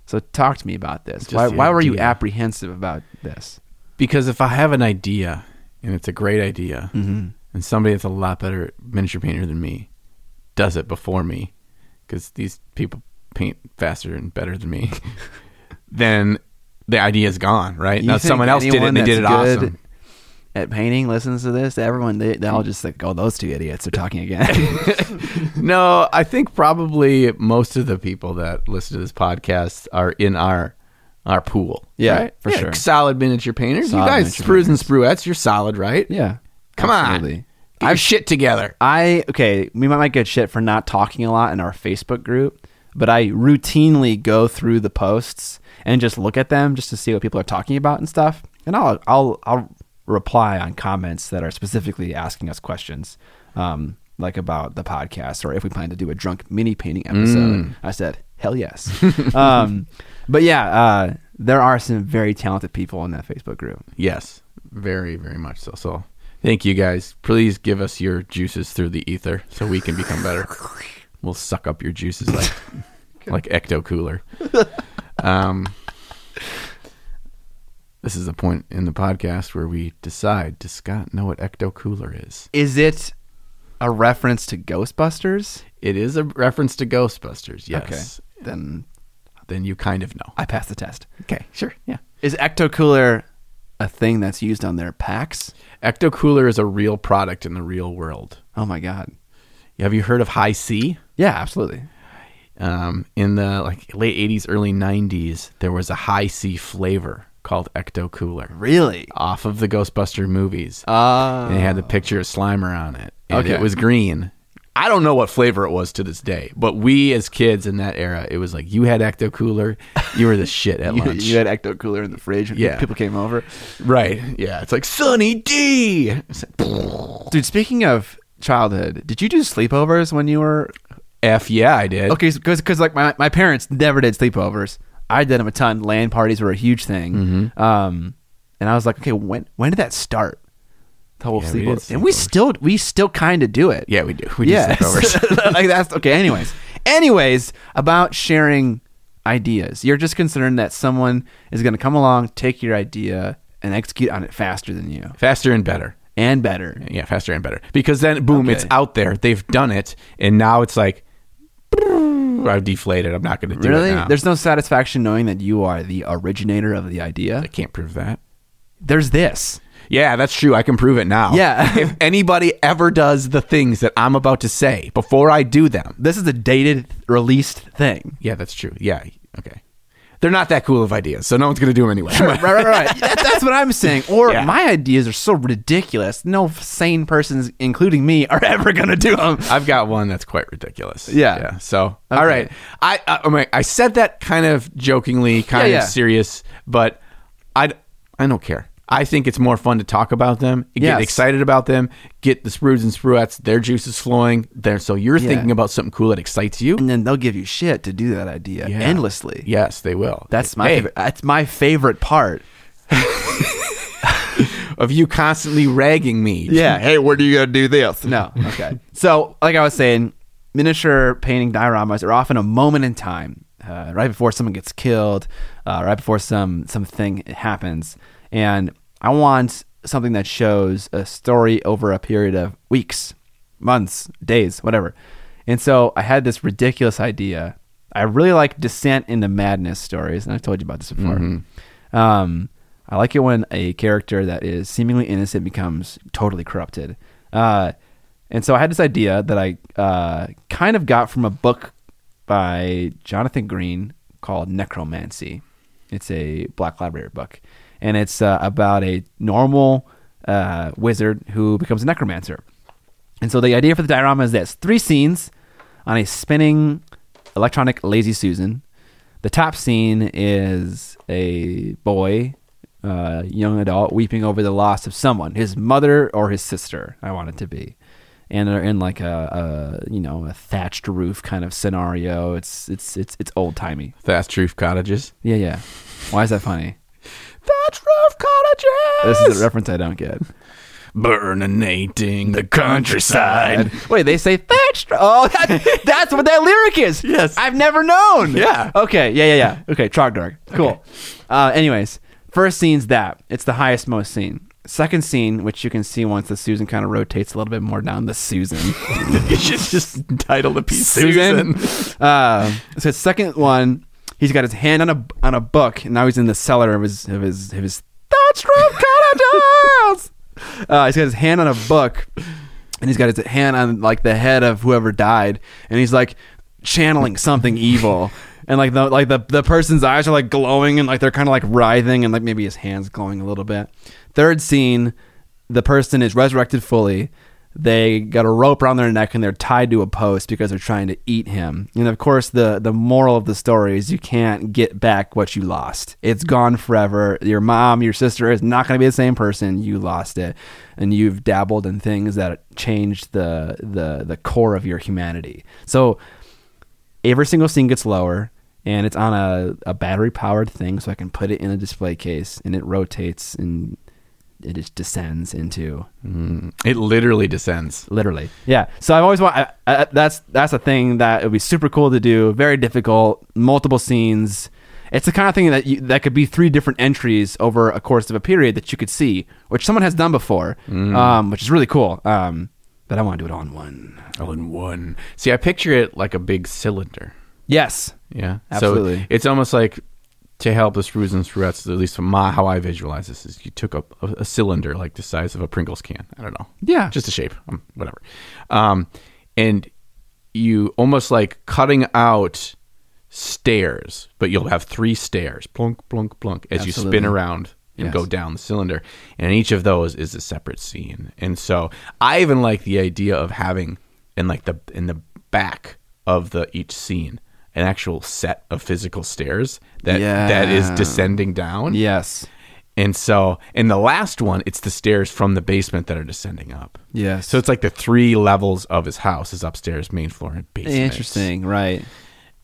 Speaker 2: So talk to me about this. Why,
Speaker 1: the
Speaker 2: why were you
Speaker 1: idea.
Speaker 2: apprehensive about this?
Speaker 1: Because if I have an idea and it's a great idea, and somebody that's a lot better miniature painter than me does it before me, because these people paint faster and better than me, then the idea is gone, right?
Speaker 2: You
Speaker 1: now,
Speaker 2: think
Speaker 1: someone else did it and
Speaker 2: anyone
Speaker 1: they did it
Speaker 2: that's good
Speaker 1: awesome.
Speaker 2: At painting, listens to this. Everyone, they, they all
Speaker 1: Mm.
Speaker 2: just like, "Oh, those two idiots are talking again."
Speaker 1: no, I think probably most of the people that listen to this podcast are in our our pool.
Speaker 2: Yeah, for sure.
Speaker 1: Solid miniature painters.
Speaker 2: Solid
Speaker 1: you guys,
Speaker 2: miniature
Speaker 1: sprues and spruettes, you're solid, right?
Speaker 2: yeah,
Speaker 1: Come on. Get your shit together.
Speaker 2: I okay, we might get shit for not talking a lot in our Facebook group, but I routinely go through the posts and just look at them just to see what people are talking about and stuff. And I'll I'll I'll reply on comments that are specifically asking us questions. Um like about the podcast or if we plan to do a drunk mini painting episode. I said, "Hell yes." um but yeah, uh there are some very talented people in that Facebook group.
Speaker 1: Yes, very, very much so. So, thank you guys. Please give us your juices through the ether so we can become better. we'll suck up your juices like like ecto cooler. Um, this is the point in the podcast where we decide. Does Scott know what ecto cooler is?
Speaker 2: Is it a reference to Ghostbusters?
Speaker 1: It is a reference to Ghostbusters. Yes.
Speaker 2: Okay. Then
Speaker 1: Then you kind of know.
Speaker 2: I passed the test.
Speaker 1: Okay. Sure. Yeah.
Speaker 2: Is Ecto Cooler a thing that's used on their packs?
Speaker 1: Ecto cooler is a real product in the real world.
Speaker 2: Oh my god.
Speaker 1: Have you heard of High C?
Speaker 2: Yeah, absolutely.
Speaker 1: um, in the like late 80s early 90s there was a high c flavor called ecto cooler
Speaker 2: Really?
Speaker 1: off of the ghostbuster movies
Speaker 2: Uh
Speaker 1: and it had the picture of slimer on it and
Speaker 2: Okay.
Speaker 1: it was green i don't know what flavor it was to this day but we as kids in that era it was like you had ecto cooler you were the shit at
Speaker 2: you,
Speaker 1: lunch
Speaker 2: you had Ecto Cooler in the fridge when
Speaker 1: Yeah.
Speaker 2: people came over.
Speaker 1: right yeah it's like sunny d It's like,
Speaker 2: Dude, speaking of childhood, did you do sleepovers when you were
Speaker 1: f yeah i did
Speaker 2: Okay, cuz cuz like my my parents never did sleepovers. I did them a ton. Land parties were a huge thing. Um and I was like, okay, when when did that start? The whole
Speaker 1: Yeah, we did
Speaker 2: sleepover. and we still we still kind of do it.
Speaker 1: yeah we do we do
Speaker 2: Yes.
Speaker 1: sleepovers
Speaker 2: like that's okay. Anyways, anyways, about sharing ideas. You're just concerned that someone is going to come along, take your idea, and execute on it faster than you
Speaker 1: faster and better
Speaker 2: and better.
Speaker 1: yeah, faster and better. Because then, boom,
Speaker 2: Okay.
Speaker 1: it's out there. They've done it, and now it's like, I've deflated. I'm not going to do
Speaker 2: Really,
Speaker 1: it now.
Speaker 2: there's no satisfaction knowing that you are the originator of the idea.
Speaker 1: I can't prove that.
Speaker 2: There's this.
Speaker 1: Yeah, that's true. I can prove it now.
Speaker 2: Yeah.
Speaker 1: if anybody ever does the things that I'm about to say before I do them,
Speaker 2: This is a dated, released thing.
Speaker 1: yeah, that's true. Yeah, okay. They're not that cool of ideas, so no one's going to do them anyway.
Speaker 2: right, right, right. That- that's what I'm saying. Or
Speaker 1: Yeah.
Speaker 2: my ideas are so ridiculous. No sane persons, including me, are ever going to do them.
Speaker 1: I've got one that's quite ridiculous.
Speaker 2: Yeah.
Speaker 1: So
Speaker 2: Okay.
Speaker 1: all right, I I, I, mean, I said that kind of jokingly, kind
Speaker 2: Yeah, yeah.
Speaker 1: of serious, but I I don't care. I think it's more fun to talk about them, get
Speaker 2: Yes.
Speaker 1: excited about them, get the sprues and spruettes, their juices flowing. There, so you're thinking about something cool that excites you.
Speaker 2: and then they'll give you shit to do that idea
Speaker 1: Yeah.
Speaker 2: endlessly.
Speaker 1: Yes, they will.
Speaker 2: That's my
Speaker 1: Hey,
Speaker 2: favorite. That's my favorite part.
Speaker 1: of you constantly ragging me.
Speaker 2: hey, where do you gonna do this? No. Okay. so, like I was saying, miniature painting dioramas are often a moment in time, uh, right before someone gets killed, uh, right before some something happens, and I want something that shows a story over a period of weeks, months, days, whatever. And so I had this ridiculous idea. I really like descent into madness stories, and I've told you about this before. Um, I like it when a character that is seemingly innocent becomes totally corrupted. Uh, and so I had this idea that I uh, kind of got from a book by Jonathan Green called Necromancy. It's a Black Library book, and it's uh, about a normal uh, wizard who becomes a necromancer. And so the idea for the diorama is this three scenes on a spinning electronic Lazy Susan. The top scene is a boy, uh, young adult, weeping over the loss of someone, his mother or his sister, I want it to be. And they're in like a, a you know a thatched roof kind of scenario. It's it's it's it's old timey.
Speaker 1: Fast Truth Cottages.
Speaker 2: Yeah, yeah. Why is that funny?
Speaker 1: Thatch Roof Cottages!
Speaker 2: This is a reference I don't get.
Speaker 1: Burninating the countryside.
Speaker 2: Wait, they say thatched. Oh, that, that's what that lyric is.
Speaker 1: Yes.
Speaker 2: I've never known.
Speaker 1: Yeah.
Speaker 2: Okay. Yeah. Yeah. Yeah. Okay. Trogdorg. Cool. Uh, anyways, first scene's that. It's the highest most scene. Second scene, which you can see once the Susan kind of rotates a little bit more down the Susan.
Speaker 1: you should just title the piece
Speaker 2: Susan.
Speaker 1: Susan.
Speaker 2: uh, so his second one, he's got his hand on a on a book, and now he's in the cellar of his of his of his thatched roof cottages. Uh, he's got his hand on a book, and he's got his hand on like the head of whoever died, and he's like channeling something evil. And like the like the, the person's eyes are like glowing and like they're kind of like writhing and like maybe his hands glowing a little bit. Third scene, the person is resurrected fully. They got a rope around their neck and they're tied to a post because they're trying to eat him. And of course, the the moral of the story is you can't get back what you lost. It's gone forever. Your mom, your sister is not going to be the same person. You lost it, and you've dabbled in things that changed the the the core of your humanity. So every single scene gets lower and it's on a, a battery powered thing so i can put it in a display case and it rotates and it just descends into
Speaker 1: Mm, It literally descends.
Speaker 2: literally yeah so i've always want I, I, that's that's a thing that would be super cool to do very difficult multiple scenes it's the kind of thing that you, that could be three different entries over a course of a period that you could see which someone has done before um, which is really cool um, but i want to do it all in one
Speaker 1: All Oh, in one. See, I picture it like a big cylinder.
Speaker 2: yes
Speaker 1: Yeah, So
Speaker 2: Absolutely.
Speaker 1: it's almost like to help us through and through. That's at least from my how I visualize this is you took a, a, a cylinder like the size of a Pringles can. I don't know.
Speaker 2: Yeah.
Speaker 1: just a shape, um, whatever. Um, and you almost like cutting out stairs, but you'll have three stairs, plunk, plunk, plunk, as you spin
Speaker 2: Absolutely.
Speaker 1: around and
Speaker 2: Yes.
Speaker 1: go down the cylinder. And each of those is a separate scene. And so I even like the idea of having in like the in the back of the each scene an actual set of physical stairs that that is
Speaker 2: Yeah.
Speaker 1: descending down.
Speaker 2: yes
Speaker 1: And so in the last one, it's the stairs from the basement that are descending up.
Speaker 2: yes
Speaker 1: So it's like the three levels of his house is upstairs, main floor, and basement.
Speaker 2: interesting right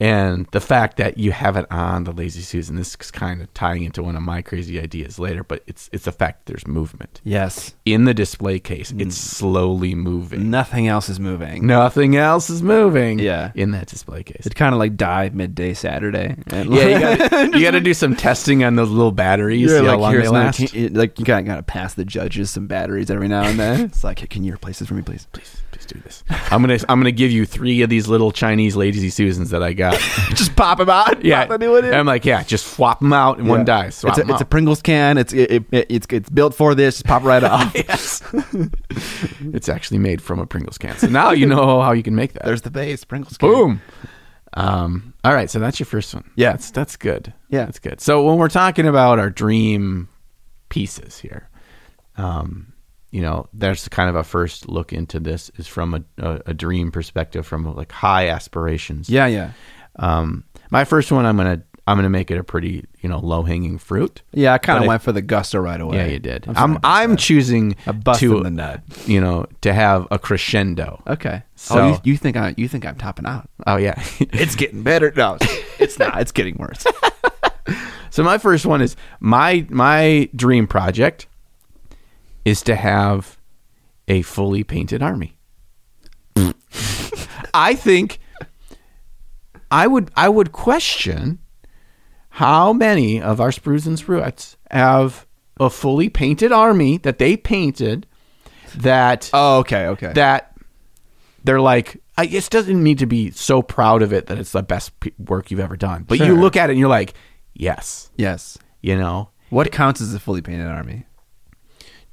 Speaker 1: And the fact that you have it on the Lazy Susan, this is kind of tying into one of my crazy ideas later, but it's it's the fact that there's movement.
Speaker 2: Yes.
Speaker 1: In the display case, it's
Speaker 2: Mm.
Speaker 1: slowly moving.
Speaker 2: Nothing else is moving.
Speaker 1: Nothing else is moving
Speaker 2: Mm. Yeah.
Speaker 1: in that display case.
Speaker 2: It kind of like died midday Saturday.
Speaker 1: Yeah, you gotta, you gotta do some testing on those little batteries, see how long they last.
Speaker 2: like you kind of got to pass the judges some batteries every now and then. it's like, can you replace this for me, please?
Speaker 1: please, please do this. I'm gonna I'm gonna give you three of these little Chinese lazy Susans that I got.
Speaker 2: Just pop them out.
Speaker 1: yeah,
Speaker 2: Pop the new one in.
Speaker 1: I'm like, yeah, just swap them out and one
Speaker 2: Yeah.
Speaker 1: dies. Swap
Speaker 2: It's a,
Speaker 1: 'em
Speaker 2: it's a
Speaker 1: out.
Speaker 2: Pringles can. It's it, it, it's it's built for this. Just pop right off.
Speaker 1: yes. it's actually made from a Pringles can. So now you know how you can make that.
Speaker 2: There's the base Pringles can.
Speaker 1: boom. Um, all right, so that's your first one.
Speaker 2: Yeah.
Speaker 1: that's that's good.
Speaker 2: Yeah.
Speaker 1: that's good. So when we're talking about our dream pieces here, um, you know, there's kind of a first look into this is from a, a, a dream perspective, from like high aspirations.
Speaker 2: Yeah, yeah,
Speaker 1: Um, my first one, I'm gonna I'm gonna make it a pretty you know low hanging fruit.
Speaker 2: yeah. I kind
Speaker 1: But
Speaker 2: of
Speaker 1: it-
Speaker 2: went for the gusto right away.
Speaker 1: Yeah, you did.
Speaker 2: I'm
Speaker 1: I'm
Speaker 2: sorry
Speaker 1: I'm, choosing
Speaker 2: A bust
Speaker 1: to
Speaker 2: in the nut.
Speaker 1: you know to have a crescendo.
Speaker 2: Okay.
Speaker 1: So-
Speaker 2: oh, you, you think I you think I'm topping out?
Speaker 1: Oh yeah.
Speaker 2: It's getting better. No, it's not. It's getting worse.
Speaker 1: so my first one is my my dream project is to have a fully painted army. I think I would I would question how many of our sprues and spruettes have a fully painted army that they painted that
Speaker 2: oh, okay, okay.
Speaker 1: that they're like, I just doesn't need to be so proud of it that it's the best p- work you've ever done. But you
Speaker 2: Sure.
Speaker 1: look at it and you're like, yes,
Speaker 2: Yes.
Speaker 1: you know.
Speaker 2: What counts as a fully painted army?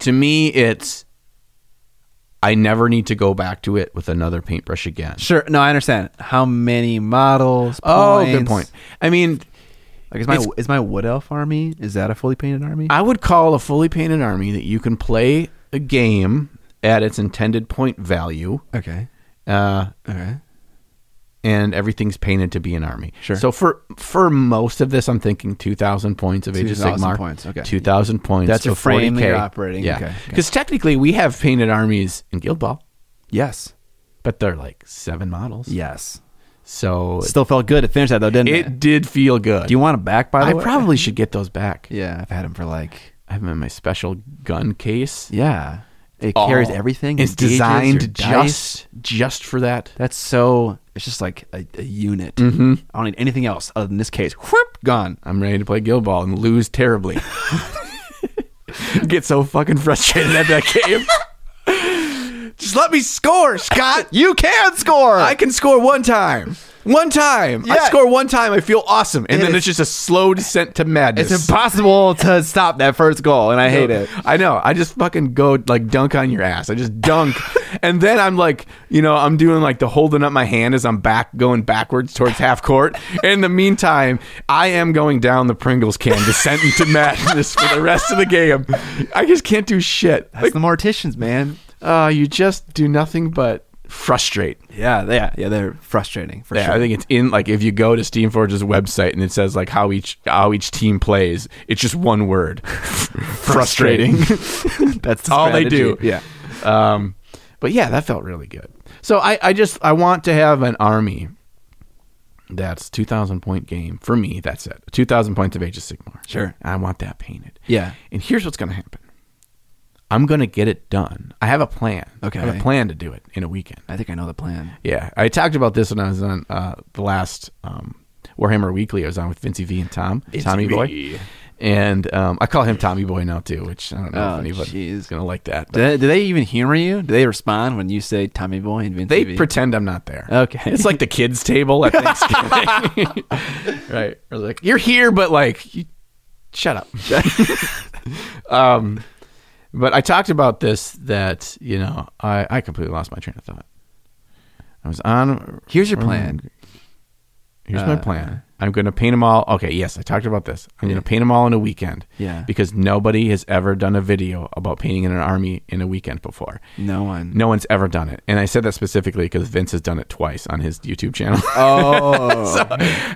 Speaker 1: To me, it's I never need to go back to it with another paintbrush again.
Speaker 2: Sure. No, I understand. How many models?
Speaker 1: Oh, good point.
Speaker 2: points?
Speaker 1: I mean,
Speaker 2: Like is my
Speaker 1: It's-
Speaker 2: is my wood elf army? Is that a fully painted army?
Speaker 1: I would call a fully painted army that you can play a game at its intended point value,
Speaker 2: okay.
Speaker 1: uh,
Speaker 2: Okay.
Speaker 1: and everything's painted to be an army.
Speaker 2: Sure.
Speaker 1: So for for most of this, I'm thinking 2,000 points of Age of
Speaker 2: 2,000
Speaker 1: Sigmar.
Speaker 2: points, okay.
Speaker 1: 2,000 points.
Speaker 2: That's your
Speaker 1: of
Speaker 2: frame that
Speaker 1: 40K.
Speaker 2: you're operating,
Speaker 1: Yeah.
Speaker 2: okay, okay.
Speaker 1: Because technically, we have painted armies in Guild Ball,
Speaker 2: Yes.
Speaker 1: but they're like seven models.
Speaker 2: Yes.
Speaker 1: So
Speaker 2: Still felt good to finish that though, didn't
Speaker 1: it,
Speaker 2: it?
Speaker 1: it did feel good.
Speaker 2: Do you want it back? By the
Speaker 1: I
Speaker 2: way,
Speaker 1: probably should get those back.
Speaker 2: Yeah, I've had them for like.
Speaker 1: I have them in my special gun case.
Speaker 2: Yeah. It
Speaker 1: all-
Speaker 2: carries everything.
Speaker 1: It's
Speaker 2: the gauges, your
Speaker 1: designed
Speaker 2: dice.
Speaker 1: just just for that.
Speaker 2: That's so. It's just like a, a unit.
Speaker 1: Mm-hmm.
Speaker 2: I don't need anything else other than this case. Whoop, gone.
Speaker 1: I'm ready to play Guild Ball and lose terribly. Get so fucking frustrated at that game. just let me score, Scott.
Speaker 2: You can score.
Speaker 1: I can score one time. One time.
Speaker 2: Yeah.
Speaker 1: I score one time. I feel awesome, and
Speaker 2: It
Speaker 1: then
Speaker 2: is-
Speaker 1: it's just a slow descent to madness.
Speaker 2: it's impossible to stop that first goal, and I hate it.
Speaker 1: I know. I just fucking go like dunk on your ass. I just dunk, and then I'm like, you know, I'm doing like the holding up my hand as I'm back going backwards towards half court. In the meantime, I am going down the Pringles can, descent into madness for the rest of the game. I just can't do shit.
Speaker 2: That's the morticians, man.
Speaker 1: Uh, you just do nothing but frustrate.
Speaker 2: Yeah, they- yeah, yeah. They're frustrating for
Speaker 1: Yeah,
Speaker 2: sure.
Speaker 1: I think it's in like if you go to Steam Forge's website and it says like how each how each team plays, it's just one word. frustrating.
Speaker 2: That's the
Speaker 1: all they do.
Speaker 2: strategy. Yeah.
Speaker 1: Um, but yeah, that felt really good. So I, I just I want to have an army that's two thousand point game for me. That's it. Two thousand points of Age of Sigmar.
Speaker 2: Sure.
Speaker 1: I want that painted.
Speaker 2: Yeah.
Speaker 1: And here's what's going to happen. I'm going to get it done. I have a plan. I have
Speaker 2: Okay.
Speaker 1: a plan to do it in a weekend.
Speaker 2: I think I know the plan.
Speaker 1: Yeah, I talked about this when I was on uh, the last um, Warhammer Weekly. I was on with Vincey V and Tom, Tommy Boy, and um, I call him Tommy Boy now too, which I don't know
Speaker 2: Oh,
Speaker 1: if anybody's
Speaker 2: jeez.
Speaker 1: gonna like that.
Speaker 2: Do they, do they even humor you? Do they respond when you say Tommy Boy and Vince
Speaker 1: They
Speaker 2: TV?
Speaker 1: pretend I'm not there.
Speaker 2: Okay.
Speaker 1: It's like the kids' table at Thanksgiving. right. Or like, you're here, but like, you, shut up. um, but I talked about this that, you know, I, I completely lost my train of thought. I was on. Mm.
Speaker 2: Here's your plan.
Speaker 1: Here's my
Speaker 2: Uh,
Speaker 1: plan. I'm going to paint them all. Okay. Yes. I talked about this. I'm going to paint them all in a weekend.
Speaker 2: Yeah.
Speaker 1: Because nobody has ever done a video about painting in an army in a weekend before.
Speaker 2: No one.
Speaker 1: No one's ever done it. And I said that specifically because Vince has done it twice on his YouTube channel.
Speaker 2: Oh.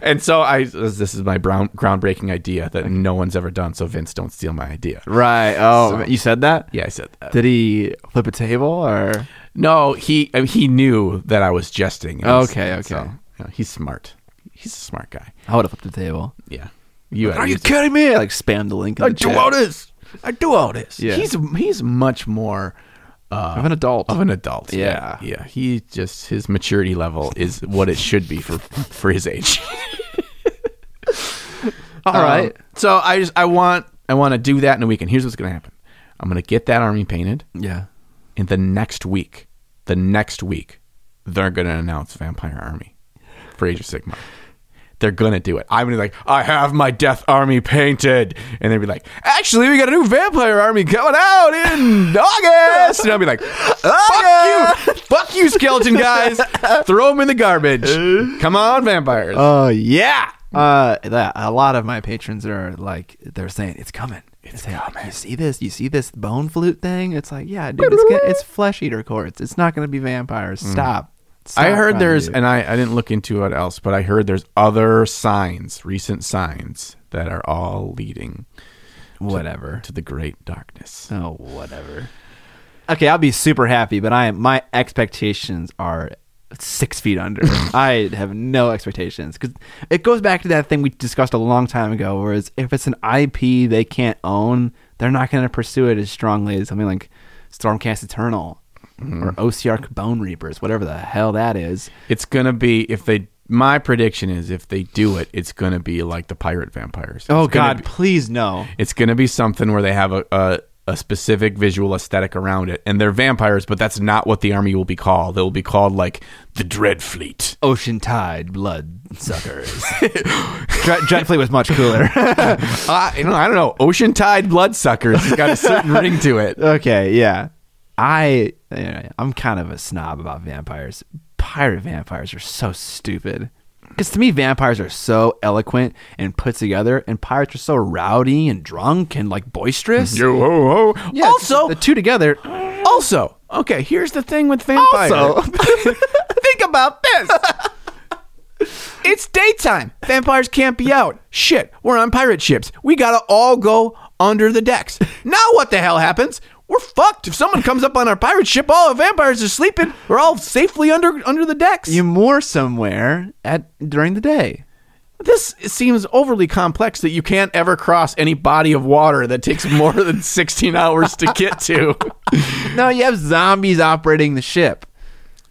Speaker 1: and so I, this is my brown, groundbreaking idea that no one's ever done. So Vince, don't steal my idea.
Speaker 2: right. Oh,
Speaker 1: So-
Speaker 2: you said that?
Speaker 1: Yeah, I said that.
Speaker 2: Did he flip a table or?
Speaker 1: No, he I mean, he knew that I was jesting. and I
Speaker 2: Okay,
Speaker 1: was-
Speaker 2: okay.
Speaker 1: you know, he's smart. He's a smart guy.
Speaker 2: I would have flipped the table.
Speaker 1: Yeah. You,
Speaker 2: Are you kidding me? Like spam the link. In
Speaker 1: I
Speaker 2: the
Speaker 1: do
Speaker 2: chat.
Speaker 1: all this. I do all this.
Speaker 2: Yeah.
Speaker 1: He's he's much more uh,
Speaker 2: I'm an adult.
Speaker 1: of an adult.
Speaker 2: Yeah.
Speaker 1: yeah. Yeah. He just his maturity level is what it should be for for his age.
Speaker 2: All
Speaker 1: Um,
Speaker 2: right.
Speaker 1: So I just I want I want to do that in a weekend. Here's what's gonna happen. I'm gonna get that army painted,
Speaker 2: Um, Yeah.
Speaker 1: and the next week, the next week, they're gonna announce Vampire Army for Age of Sigmar. They're gonna do it. I'm gonna be like, I have my Death Army painted, and they'll be like, actually, we got a new Vampire Army coming out in August, and I'll be like, fuck you, fuck you, skeleton guys, throw them in the garbage. Come on, vampires.
Speaker 2: Oh yeah. Uh, that, a lot of my patrons are like, they're saying it's coming. It's coming. You see this? You see this bone flute thing? It's like, yeah, dude. It's, gonna, it's flesh eater courts. It's not going to be vampires. Stop. Stop
Speaker 1: Mm. I heard
Speaker 2: trying to
Speaker 1: there's,
Speaker 2: do-
Speaker 1: and I, I didn't look into what else, but I heard there's other signs, recent signs that are all leading
Speaker 2: whatever.
Speaker 1: to the great darkness.
Speaker 2: Oh, whatever. Okay, I'll be super happy, but I my expectations are six feet under. I have no expectations because it goes back to that thing we discussed a long time ago. Whereas if it's an IP they can't own, they're not going to pursue it as strongly as something like Stormcast Eternal or OCR Bone Reapers, whatever the hell that is.
Speaker 1: It's gonna be if they. My prediction is if they do it, it's gonna be like the pirate vampires.
Speaker 2: Oh
Speaker 1: It's gonna
Speaker 2: God,
Speaker 1: be-
Speaker 2: please no.
Speaker 1: it's gonna be something where they have a, a a specific visual aesthetic around it. And they're vampires, but that's not what the army will be called. They'll be called like the Dread Fleet.
Speaker 2: Ocean Tide blood suckers. Dre- Dreadfully was much cooler.
Speaker 1: I, Ah, you know, I don't know. Ocean Tide Bloodsuckers has got a certain ring to it.
Speaker 2: okay, yeah. I yeah, I'm kind of a snob about vampires. Pirate vampires are so stupid. Because to me, vampires are so eloquent and put together, and pirates are so rowdy and drunk and like boisterous.
Speaker 1: Yo ho ho.
Speaker 2: Yeah,
Speaker 1: also,
Speaker 2: the two together.
Speaker 1: also, okay. Here's the thing with vampires.
Speaker 2: Also.
Speaker 1: think about this. It's daytime. Vampires can't be out. Shit, we're on pirate ships. We gotta all go under the decks. Now what the hell happens? We're fucked. If someone comes up on our pirate ship, all the vampires are sleeping. We're all safely under under the decks.
Speaker 2: You moor somewhere at during the day.
Speaker 1: This seems overly complex that you can't ever cross any body of water that takes more than 16 hours to get to.
Speaker 2: No, you have zombies operating the ship.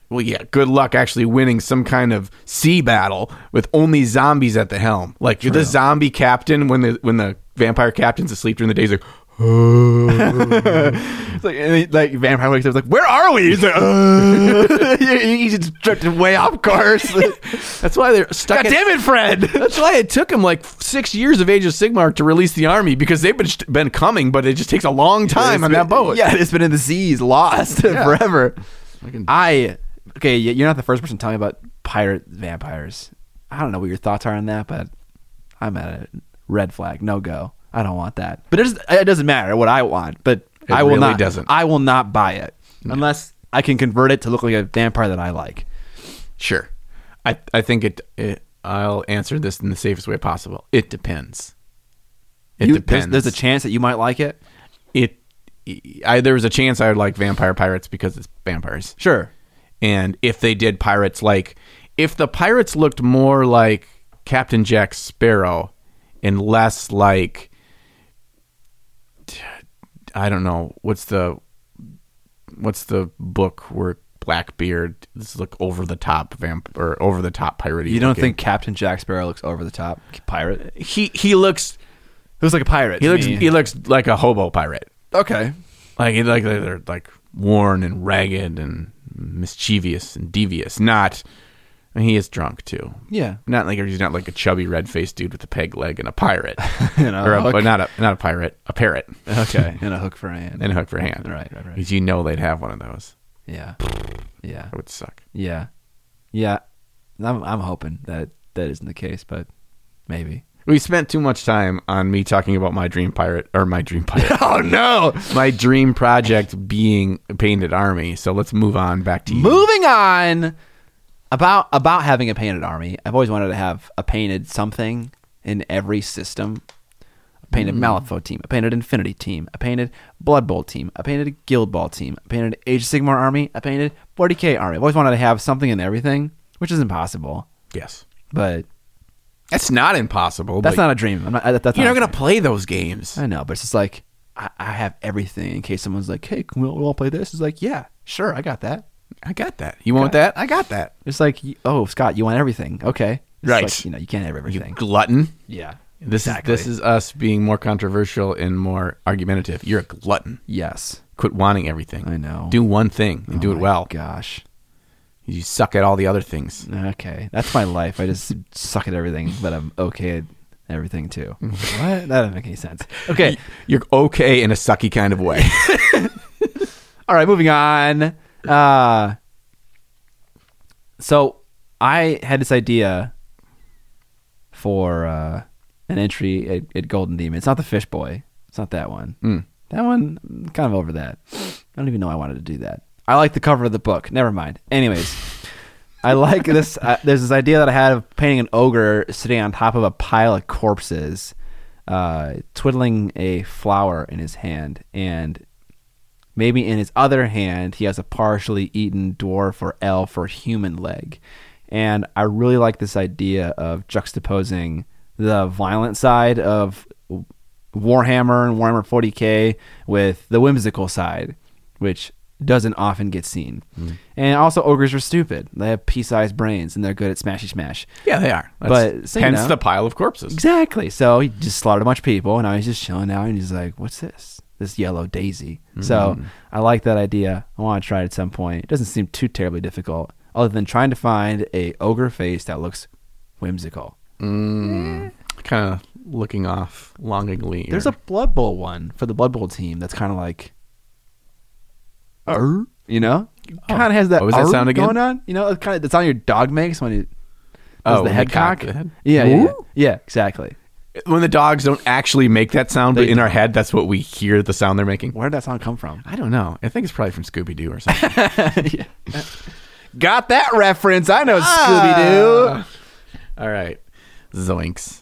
Speaker 1: well, yeah, good luck actually winning some kind of sea battle with only zombies at the helm. Like you're the zombie captain when the when the vampire captain's asleep during the day, he's like,
Speaker 2: It's like, and he- like vampire wakes up, like, where are we? He's like, "Uh." you, you just drift way off course.
Speaker 1: that's why they're stuck.
Speaker 2: God
Speaker 1: at-
Speaker 2: damn it, Fred!
Speaker 1: that's why it took them like six years of Age of Sigmar to release the army because they've been been coming, but it just takes a long time
Speaker 2: It's
Speaker 1: on
Speaker 2: been-
Speaker 1: that boat.
Speaker 2: Yeah, it's been in the seas, lost forever. I okay, y- you're not the first person telling me about pirate vampires. I don't know what your thoughts are on that, but I'm at a red flag, no go. I don't want that. But it doesn't, it doesn't matter what I want. But
Speaker 1: It
Speaker 2: I will
Speaker 1: really
Speaker 2: not.
Speaker 1: doesn't.
Speaker 2: I will not buy it unless I can convert it to look like a vampire that I like.
Speaker 1: Sure. I I think it, it I'll answer this in the safest way possible. It depends. It
Speaker 2: You- there's-
Speaker 1: depends.
Speaker 2: There's, a chance that you might like it.
Speaker 1: it e, I there was a chance I would like Vampire Pirates because it's vampires.
Speaker 2: Sure.
Speaker 1: And if they did pirates like if the pirates looked more like Captain Jack Sparrow and less like I don't know, what's the what's the book where Blackbeard this is like over the top vamp or over the top pirate
Speaker 2: You don't think Captain Jack Sparrow looks over the top pirate?
Speaker 1: he he looks
Speaker 2: Who's like a pirate?
Speaker 1: he
Speaker 2: to
Speaker 1: looks
Speaker 2: me.
Speaker 1: he looks like a hobo pirate.
Speaker 2: okay.
Speaker 1: Like he like they're like worn and ragged and mischievous and devious. Not I mean, he is drunk too.
Speaker 2: Yeah.
Speaker 1: Not like he's not like a chubby red faced dude with a peg leg and a pirate,
Speaker 2: And a
Speaker 1: or a,
Speaker 2: hook.
Speaker 1: but not a not a pirate, a parrot
Speaker 2: Okay. and a hook for a hand.
Speaker 1: and a hook for a hand.
Speaker 2: Right, right, right.
Speaker 1: 'Cause you know they'd have one of those.
Speaker 2: Yeah. Yeah.
Speaker 1: That would suck.
Speaker 2: Yeah. Yeah. I'm I'm hoping that that isn't the case, but maybe.
Speaker 1: We spent too much time on me talking about my dream pirate or my dream pirate,
Speaker 2: Oh no.
Speaker 1: my dream project being a painted army. So let's move on back to you.
Speaker 2: Moving on about about having a painted army. I've always wanted to have a painted something in every system. A painted
Speaker 1: Hmm.
Speaker 2: Malifaux team, a painted Infinity team, a painted Blood Bowl team, a painted Guild Ball team, a painted Age of Sigmar army, a painted 40k army. I've always wanted to have something in everything, which is impossible.
Speaker 1: Yes,
Speaker 2: But
Speaker 1: that's not impossible.
Speaker 2: that's
Speaker 1: but
Speaker 2: not a dream. I'm not, that's not
Speaker 1: You're
Speaker 2: a
Speaker 1: not gonna
Speaker 2: dream.
Speaker 1: play those games.
Speaker 2: I know, but it's just like I, I have everything in case someone's like, "Hey, can we all play this?" It's like, "Yeah, sure, I got that."
Speaker 1: I got that. You want that? I got that.
Speaker 2: It's like, y- "Oh, Scott, you want everything? Okay, It's
Speaker 1: Right.
Speaker 2: like, you know, you can't have everything.
Speaker 1: Glutton.
Speaker 2: yeah,
Speaker 1: This
Speaker 2: Exactly.
Speaker 1: is this is us being more controversial and more argumentative. You're a glutton.
Speaker 2: yes,
Speaker 1: Quit wanting everything.
Speaker 2: I know.
Speaker 1: Do one thing and do
Speaker 2: Oh
Speaker 1: it
Speaker 2: my
Speaker 1: well.
Speaker 2: Gosh,
Speaker 1: You suck at all the other things.
Speaker 2: okay, that's my life. I just suck at everything, but I'm okay at everything too. what? That doesn't make any sense. Okay,
Speaker 1: You're okay in a sucky kind of way.
Speaker 2: All right, moving on. Uh, so I had this idea for uh, an entry at, at Golden Demon. It's not the Fish Boy. It's not that one.
Speaker 1: Mm.
Speaker 2: That one, I'm kind of over that. I don't even know I wanted to do that. I like the cover of the book. Never mind. Anyways, I like this. Uh, there's this idea that I had of painting an ogre sitting on top of a pile of corpses, uh, twiddling a flower in his hand, and Maybe in his other hand, he has a partially eaten dwarf or elf or human leg. And I really like this idea of juxtaposing the violent side of Warhammer and Warhammer 40k with the whimsical side, which doesn't often get seen. And also, ogres are stupid. They have pea sized brains and they're good at smashy smash.
Speaker 1: yeah, they are.
Speaker 2: But, so you
Speaker 1: hence
Speaker 2: know.
Speaker 1: the pile of corpses.
Speaker 2: Exactly. So he just slaughtered a bunch of people, and now he's just chilling out, and he's like, "What's this? this yellow daisy. So
Speaker 1: Mm-hmm.
Speaker 2: I like that idea. I want to try it at some point. It doesn't seem too terribly difficult, other than trying to find a ogre face that looks whimsical.
Speaker 1: Mm, kind of looking off longingly.
Speaker 2: There's a Blood Bowl one for the Blood Bowl team that's kind of like, "Arr," you know, kind of has that.
Speaker 1: Oh. What was that
Speaker 2: "Arr"
Speaker 1: sound again?
Speaker 2: Going on, you know, it's kind of the sound your dog makes when it does
Speaker 1: Oh,
Speaker 2: the
Speaker 1: when
Speaker 2: head
Speaker 1: they cock
Speaker 2: cock.
Speaker 1: the head?
Speaker 2: Yeah, yeah, yeah,
Speaker 1: Ooh.
Speaker 2: yeah, exactly.
Speaker 1: when the dogs don't actually make that sound, but
Speaker 2: They
Speaker 1: in our head, that's what we hear the sound they're making.
Speaker 2: Where did that sound come from?
Speaker 1: I don't know. I think it's probably from Scooby Doo or something.
Speaker 2: Yeah. Got that reference? I know Scooby Doo.
Speaker 1: Ah. All right, zoinks.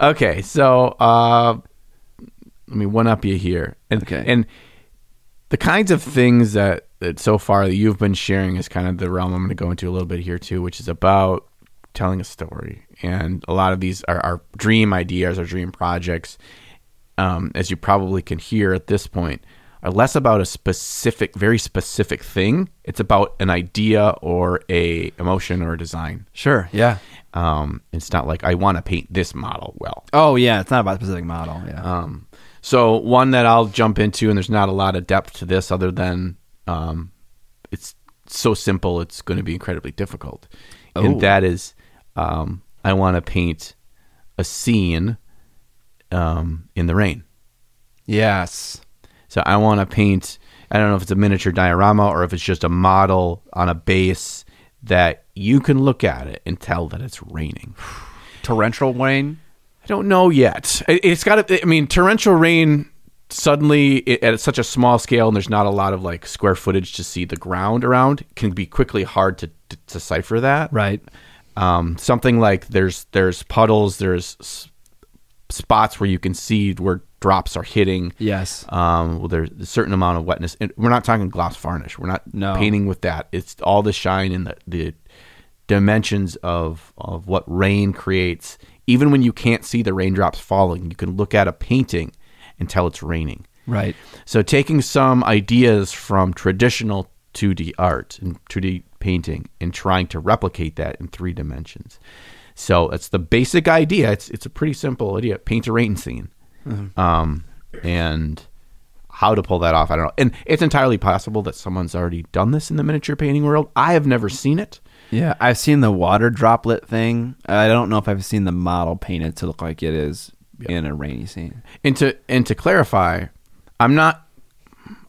Speaker 1: okay, so uh, let me one up you here, and
Speaker 2: Okay.
Speaker 1: and the kinds of things that that so far that you've been sharing is kind of the realm I'm going to go into a little bit here too, which is about telling a story, and a lot of these are our dream ideas, our dream projects. Um, as you probably can hear at this point, are less about a specific, very specific thing. It's about an idea or a emotion or a design.
Speaker 2: Sure. Yeah.
Speaker 1: Um, it's not like I want to paint this model well.
Speaker 2: Oh yeah, it's not about the specific model. Yeah.
Speaker 1: Um, so one that I'll jump into, and there's not a lot of depth to this other than um, it's so simple, it's going to be incredibly difficult,
Speaker 2: Oh.
Speaker 1: and that is um, I want to paint a scene um, in the rain.
Speaker 2: yes.
Speaker 1: So I want to paint. I don't know if it's a miniature diorama or if it's just a model on a base that you can look at it and tell that it's raining.
Speaker 2: Torrential rain.
Speaker 1: I don't know yet. It, it's got to, I mean, torrential rain suddenly i at such a small scale and there's not a lot of like square footage to see the ground around can be quickly hard to, to decipher that.
Speaker 2: Right.
Speaker 1: Um, something like there's, there's puddles, there's s- spots where you can see where drops are hitting.
Speaker 2: Yes.
Speaker 1: Um, well, there's a certain amount of wetness. And we're not talking gloss varnish. We're not
Speaker 2: No.
Speaker 1: painting with that. It's all the shine and the, the dimensions of of what rain creates. Even when you can't see the raindrops falling, you can look at a painting and tell it's raining.
Speaker 2: Right.
Speaker 1: So taking some ideas from traditional 2D art and 2D painting and trying to replicate that in three dimensions. So it's the basic idea. It's it's a pretty simple idea. Paint a rain scene, um, and how to pull that off, I don't know. And it's entirely possible that someone's already done this in the miniature painting world. I have never seen it.
Speaker 2: Yeah, I've seen the water droplet thing. I don't know if I've seen the model painted to look like it is in a rainy scene.
Speaker 1: And to and to clarify, I'm not.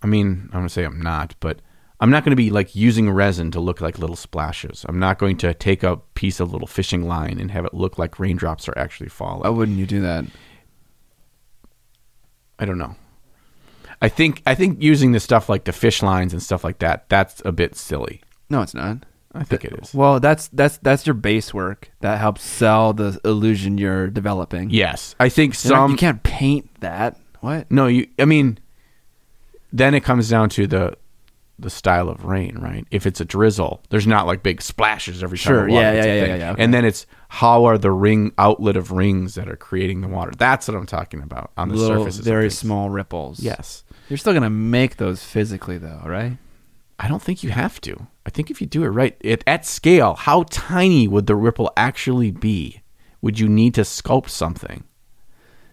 Speaker 1: I mean, I'm gonna say I'm not, but I'm not gonna be like using resin to look like little splashes. I'm not going to take a piece of little fishing line and have it look like raindrops are actually falling.
Speaker 2: Why wouldn't you do that?
Speaker 1: I don't know. I think I think using the stuff like the fish lines and stuff like that. That's a bit silly.
Speaker 2: No, it's not.
Speaker 1: I think it is.
Speaker 2: Well, that's that's that's your base work that helps sell the illusion you're developing.
Speaker 1: Yes, I think
Speaker 2: You're not-
Speaker 1: some.
Speaker 2: you can't paint that. What?
Speaker 1: No, you. I mean, then it comes down to the the style of rain, right? If it's a drizzle, there's not like big splashes every time.
Speaker 2: Sure,
Speaker 1: of water.
Speaker 2: yeah,
Speaker 1: It's a
Speaker 2: yeah, yeah,
Speaker 1: thing.
Speaker 2: yeah, yeah, okay.
Speaker 1: And then it's how are the ring outlet of rings that are creating the water? That's what I'm talking about on the
Speaker 2: Little,
Speaker 1: surfaces. of
Speaker 2: very
Speaker 1: things.
Speaker 2: small ripples.
Speaker 1: Yes,
Speaker 2: You're still gonna make those physically though, right?
Speaker 1: I don't think you have to. I think if you do it right it, at scale, how tiny would the ripple actually be? Would you need to sculpt something?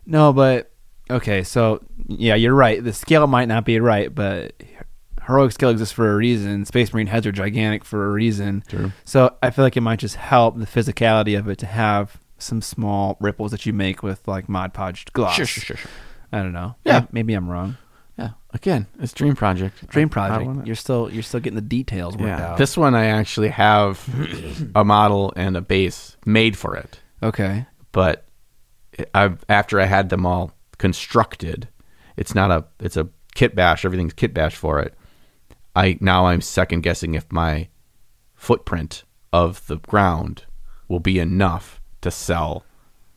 Speaker 2: No, but okay, so yeah, you're right. The scale might not be right, but heroic scale exists for a reason. Space Marine heads are gigantic for a reason.
Speaker 1: True.
Speaker 2: So I feel like it might just help the physicality of it to have some small ripples that you make with like Mod Podge gloss.
Speaker 1: sure.
Speaker 2: I don't know.
Speaker 1: Yeah.
Speaker 2: May- maybe I'm wrong.
Speaker 1: Yeah. Again, it's dream project.
Speaker 2: Dream
Speaker 1: I- I
Speaker 2: project.
Speaker 1: wanna-
Speaker 2: You're still you're still getting the details worked
Speaker 1: Yeah.
Speaker 2: out.
Speaker 1: This one I actually have a model and a base made for it,
Speaker 2: okay.
Speaker 1: but I after I had them all constructed, it's not a it's a kit bash. Everything's kit bash for it. I now I'm second guessing if my footprint of the ground will be enough to sell.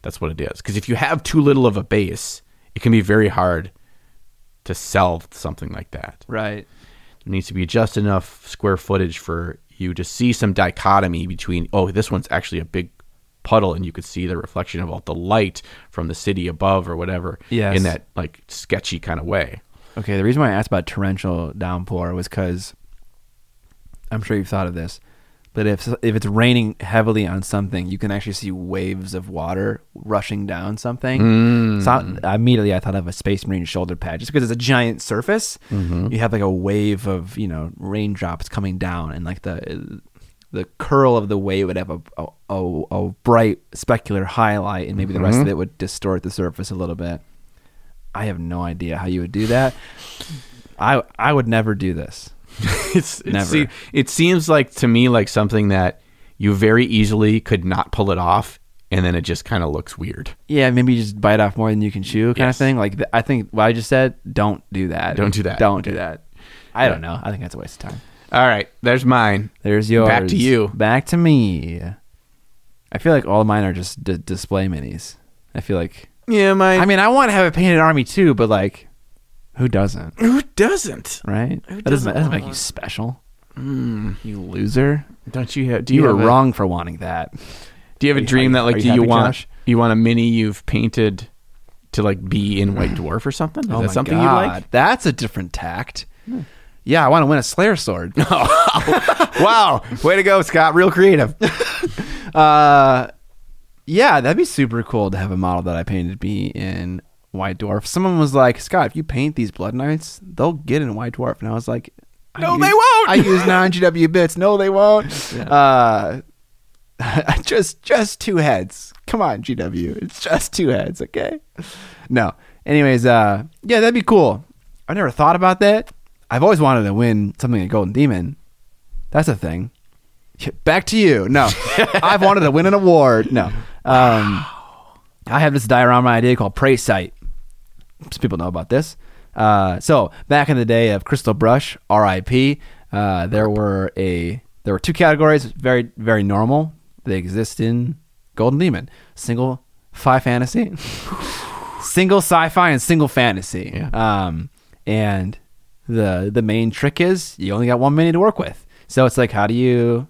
Speaker 1: That's what it is. Because if you have too little of a base, it can be very hard to sell something like that.
Speaker 2: Right.
Speaker 1: There needs to be just enough square footage for you to see some dichotomy between, oh, this one's actually a big puddle and you could see the reflection of all the light from the city above or whatever
Speaker 2: Yes.
Speaker 1: in that like sketchy kind of way.
Speaker 2: Okay, the reason why I asked about torrential downpour was because I'm sure you've thought of this, that if if it's raining heavily on something, you can actually see waves of water rushing down something. So I, immediately I thought of a Space Marine shoulder pad, just because it's a giant surface. You have like a wave of you know raindrops coming down, and like the the curl of the wave would have a a, a, a bright specular highlight, and maybe the rest of it would distort the surface a little bit. I have no idea how you would do that. I I would never do this.
Speaker 1: it's it,
Speaker 2: Never.
Speaker 1: se- it seems like to me like something that you very easily could not pull it off and then it just kind of looks weird
Speaker 2: Yeah, maybe you just bite off more than you can chew, kind of thing. Like th- I think what I just said, don't do that.
Speaker 1: Don't do that.
Speaker 2: Don't do that. I don't know. I think that's a waste of time.
Speaker 1: all right there's mine
Speaker 2: There's yours.
Speaker 1: Back to you.
Speaker 2: Back to me. I feel like all mine are just d- display minis. I feel like.
Speaker 1: yeah mine
Speaker 2: I mean, I want to have a painted army too, but like, who doesn't?
Speaker 1: who doesn't
Speaker 2: Right?
Speaker 1: doesn't
Speaker 2: That doesn't, that doesn't
Speaker 1: want
Speaker 2: make you special. You loser.
Speaker 1: don't you have do
Speaker 2: Hmm. You,
Speaker 1: you,
Speaker 2: were
Speaker 1: have a-
Speaker 2: wrong for wanting that.
Speaker 1: do you have
Speaker 2: Are
Speaker 1: a
Speaker 2: you-
Speaker 1: dream
Speaker 2: are
Speaker 1: that like
Speaker 2: you
Speaker 1: do you
Speaker 2: happy,
Speaker 1: want
Speaker 2: Josh?
Speaker 1: you want a mini you've painted to like be in white dwarf or something is that something you like
Speaker 2: Oh
Speaker 1: Hmm.
Speaker 2: That's a different tact. Yeah, I want to win a Slayer sword.
Speaker 1: wow way to go scott real creative
Speaker 2: Uh, yeah, that'd be super cool to have a model that I painted be in White Dwarf. Someone was like, Scott, if you paint these Blood Knights, they'll get in White Dwarf. And I was like, I
Speaker 1: No,
Speaker 2: use-
Speaker 1: they won't.
Speaker 2: I use non GW bits. No, they won't. Uh, just just two heads. Come on, GW. It's just two heads, okay? No. Anyways, uh, yeah, that'd be cool. I never thought about that. I've always wanted to win something at Golden Demon. That's a thing. Back to you. No, I've wanted to win an award. No. Um, I have this diorama idea called Prey Sight. Some people know about this. Uh, so back in the day of Crystal Brush, R.I.P. Uh, there were a there were two categories, very very normal. They exist in Golden Demon: single fi fantasy, single sci-fi, and single fantasy.
Speaker 1: Yeah.
Speaker 2: Um, and the the main trick is you only got one mini to work with. So it's like, how do you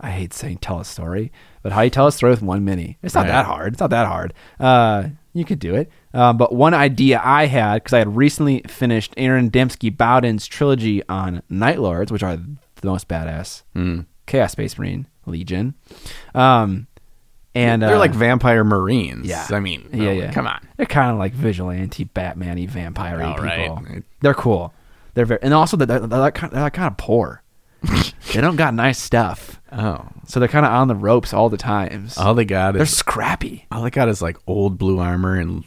Speaker 2: I hate saying tell a story, but how you tell a story with one mini? It's not
Speaker 1: Right.
Speaker 2: that hard. It's not that hard. Uh, you could do it. Um, but one idea I had because I had recently finished Aaron Dembski Bowden's trilogy on Night Lords, which are the most badass
Speaker 1: Hmm.
Speaker 2: Chaos Space Marine Legion. Um, and
Speaker 1: they're
Speaker 2: uh,
Speaker 1: like vampire marines
Speaker 2: yeah.
Speaker 1: i mean
Speaker 2: yeah, yeah.
Speaker 1: come on
Speaker 2: They're kind of like vigilante, Batman-y, vampire
Speaker 1: All right.
Speaker 2: people. They're cool. They're very, and also they're, they're, like kind of, they're like kind of poor. they don't got nice stuff,
Speaker 1: oh
Speaker 2: so they're kind of on the ropes all the times.
Speaker 1: all they got is
Speaker 2: they're scrappy.
Speaker 1: All they got is like old blue armor and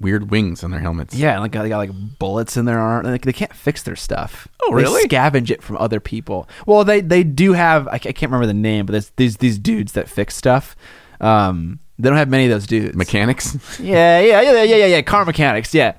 Speaker 1: weird wings on their helmets.
Speaker 2: Yeah, and like they got like bullets in their arm. Like they can't fix their stuff.
Speaker 1: Oh,
Speaker 2: They
Speaker 1: really?
Speaker 2: scavenge it from other people. Well, they they do have. I ca- I can't remember the name, but there's these these dudes that fix stuff. Um, they don't have many of those dudes.
Speaker 1: Mechanics.
Speaker 2: yeah, yeah, yeah, yeah, yeah, yeah. Car mechanics, yeah.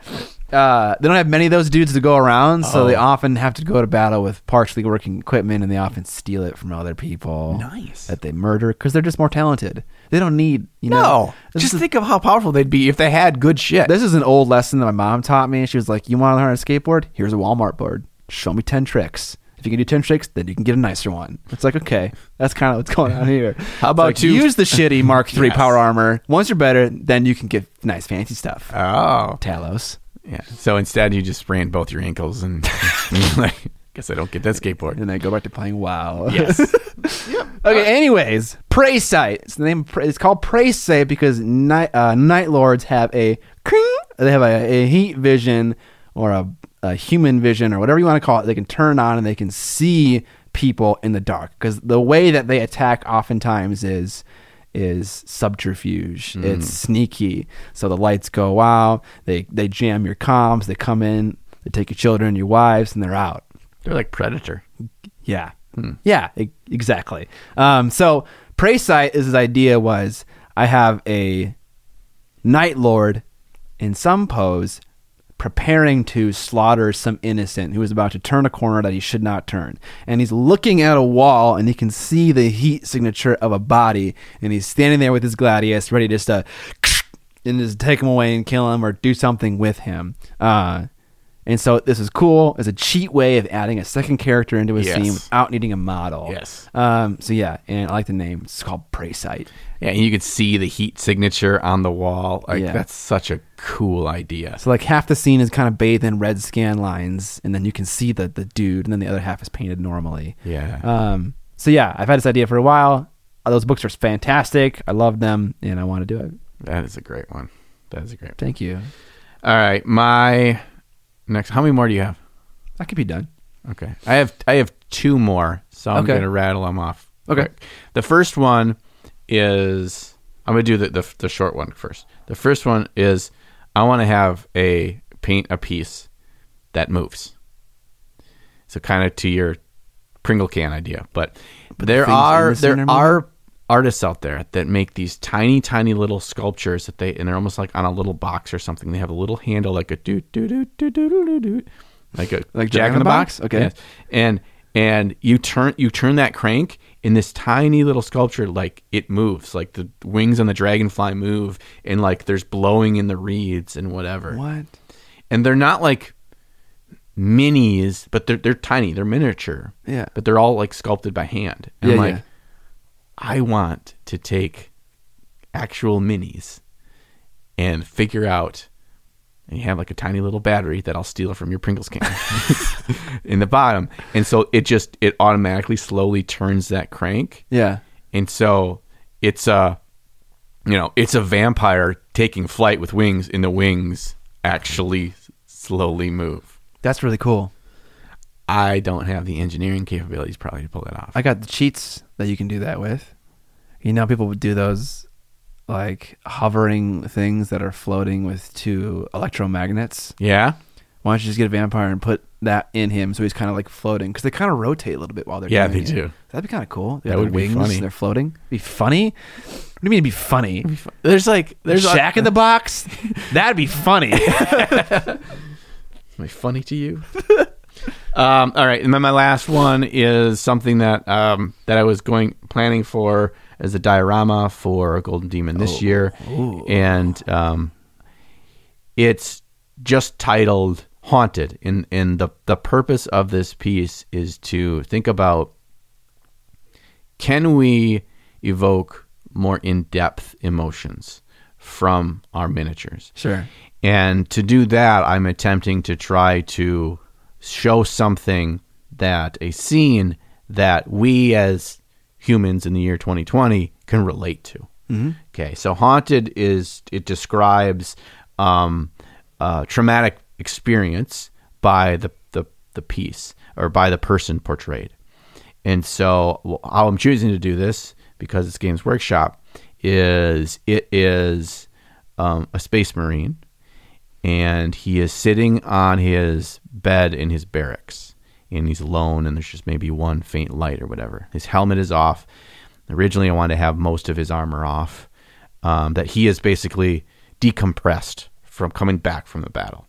Speaker 2: Uh, they don't have many of those dudes to go around, so they
Speaker 1: Oh.
Speaker 2: often have to go to battle with partially working equipment, and they often steal it from other people.
Speaker 1: Nice.
Speaker 2: That they murder because they're just more talented. They don't need, you know.
Speaker 1: No.
Speaker 2: This
Speaker 1: Just
Speaker 2: is-
Speaker 1: think of how powerful they'd be if they had good shit.
Speaker 2: this is an old lesson that my mom taught me. She was like, "You want to learn how to skateboard? Here's a Walmart board. Show me ten tricks. If you can do ten tricks, then you can get a nicer one." It's like, okay, that's kind of what's going on here. How
Speaker 1: about
Speaker 2: like,
Speaker 1: two-
Speaker 2: use the shitty Mark Three
Speaker 1: Yes.
Speaker 2: power armor? Once you're better, then you can get nice fancy stuff.
Speaker 1: oh.
Speaker 2: Talos.
Speaker 1: Yeah. So instead, you just sprained both your ankles and like, guess I don't get that skateboard.
Speaker 2: And then go back to playing WoW.
Speaker 1: Yes.
Speaker 2: Okay. anyways, Prey Sight. It's the name. Of, Prey- it's called Prey Sight because night uh, Night Lords have a they have a, a heat vision or a, a human vision or whatever you want to call it. They can turn on and they can see people in the dark because the way that they attack oftentimes is is subterfuge. It's sneaky. So the lights go out. They they jam your comms. They come in. They take your children, your wives, and they're out.
Speaker 1: They're like Predator.
Speaker 2: Yeah. Yeah, e- exactly. Um, so prey sight is his idea was I have a night lord in some pose preparing to slaughter some innocent who is about to turn a corner that he should not turn. And he's looking at a wall and he can see the heat signature of a body and he's standing there with his gladius ready just to and just take him away and kill him or do something with him. Uh and so this is cool. It's a cheat way of adding a second character into a
Speaker 1: Yes.
Speaker 2: scene without needing a model.
Speaker 1: Yes.
Speaker 2: Um, so yeah, and I like the name. It's called Prey Sight.
Speaker 1: Yeah. And you could see the heat signature on the wall. Like,
Speaker 2: Yeah.
Speaker 1: that's such a cool idea.
Speaker 2: So like half the scene is kind of bathed in red scan lines, and then you can see the the dude, and then the other half is painted normally.
Speaker 1: Yeah.
Speaker 2: Um, So yeah, I've had this idea for a while. Uh, Those books are fantastic. I love them, and I want to do it.
Speaker 1: That is a great one. That is a great.
Speaker 2: Thank you.
Speaker 1: All right, my next. How many more do you have?
Speaker 2: I could be done.
Speaker 1: Okay, I have I have two more, so I'm
Speaker 2: Okay.
Speaker 1: gonna rattle them off.
Speaker 2: Okay.
Speaker 1: The first one is I'm gonna do the, the the short one first. The first one is I want to have a paint a piece that moves. So kind of to your Pringle can idea, but, there
Speaker 2: things in
Speaker 1: are
Speaker 2: the
Speaker 1: there
Speaker 2: center move?
Speaker 1: are artists out there that make these tiny tiny little sculptures that they and they're almost like on a little box or something. They have a little handle like a do do do do do do do like a
Speaker 2: Like
Speaker 1: Jack in the Box.
Speaker 2: Okay.
Speaker 1: Yes. And and you turn you turn that crank and this tiny little sculpture like it moves like the wings on the dragonfly move and like there's blowing in the reeds and whatever
Speaker 2: What?
Speaker 1: and they're not like minis but they're they're tiny they're miniature
Speaker 2: Yeah.
Speaker 1: but they're all like sculpted by hand and I'm
Speaker 2: Yeah,
Speaker 1: like
Speaker 2: yeah.
Speaker 1: I want to take actual minis and figure out and you have like a tiny little battery that I'll steal from your Pringles can in the bottom. And so it just it automatically slowly turns that crank.
Speaker 2: Yeah.
Speaker 1: And so it's a you know, it's a vampire taking flight with wings and the wings actually slowly move.
Speaker 2: That's really cool.
Speaker 1: I don't have the engineering capabilities probably to pull that off.
Speaker 2: I got the cheats that you can do that with. You know, people would do those like hovering things that are floating with two electromagnets.
Speaker 1: yeah?
Speaker 2: Why don't you just get a vampire and put that in him so he's kind of like floating? Because they kind of rotate a little bit while they're
Speaker 1: Yeah,
Speaker 2: doing
Speaker 1: they
Speaker 2: it.
Speaker 1: do.
Speaker 2: That'd be kind of cool. They
Speaker 1: That
Speaker 2: have
Speaker 1: would
Speaker 2: their
Speaker 1: be
Speaker 2: wings
Speaker 1: funny.
Speaker 2: And they're floating. Be funny. What do you mean be funny?
Speaker 1: There's like there's a-
Speaker 2: Jack in the Box. That'd be funny.
Speaker 1: Am I funny to you? um, all right, and then my last one is something that um, that I was going planning for as a diorama for Golden Demon this year,
Speaker 2: Ooh.
Speaker 1: and um, it's just titled "Haunted." And and the the purpose of this piece is to think about can we evoke more in depth emotions from our miniatures?
Speaker 2: sure.
Speaker 1: And to do that, I'm attempting to try to show something that a scene that we as humans in the year 2020 can relate to. Okay, so haunted is it describes um, uh, traumatic experience by the, the the piece or by the person portrayed. And so well, how I'm choosing to do this because it's Games Workshop is it is um, a space marine and he is sitting on his bed in his barracks and he's alone and there's just maybe one faint light or whatever his helmet is off originally i wanted to have most of his armor off um, that he is basically decompressed from coming back from the battle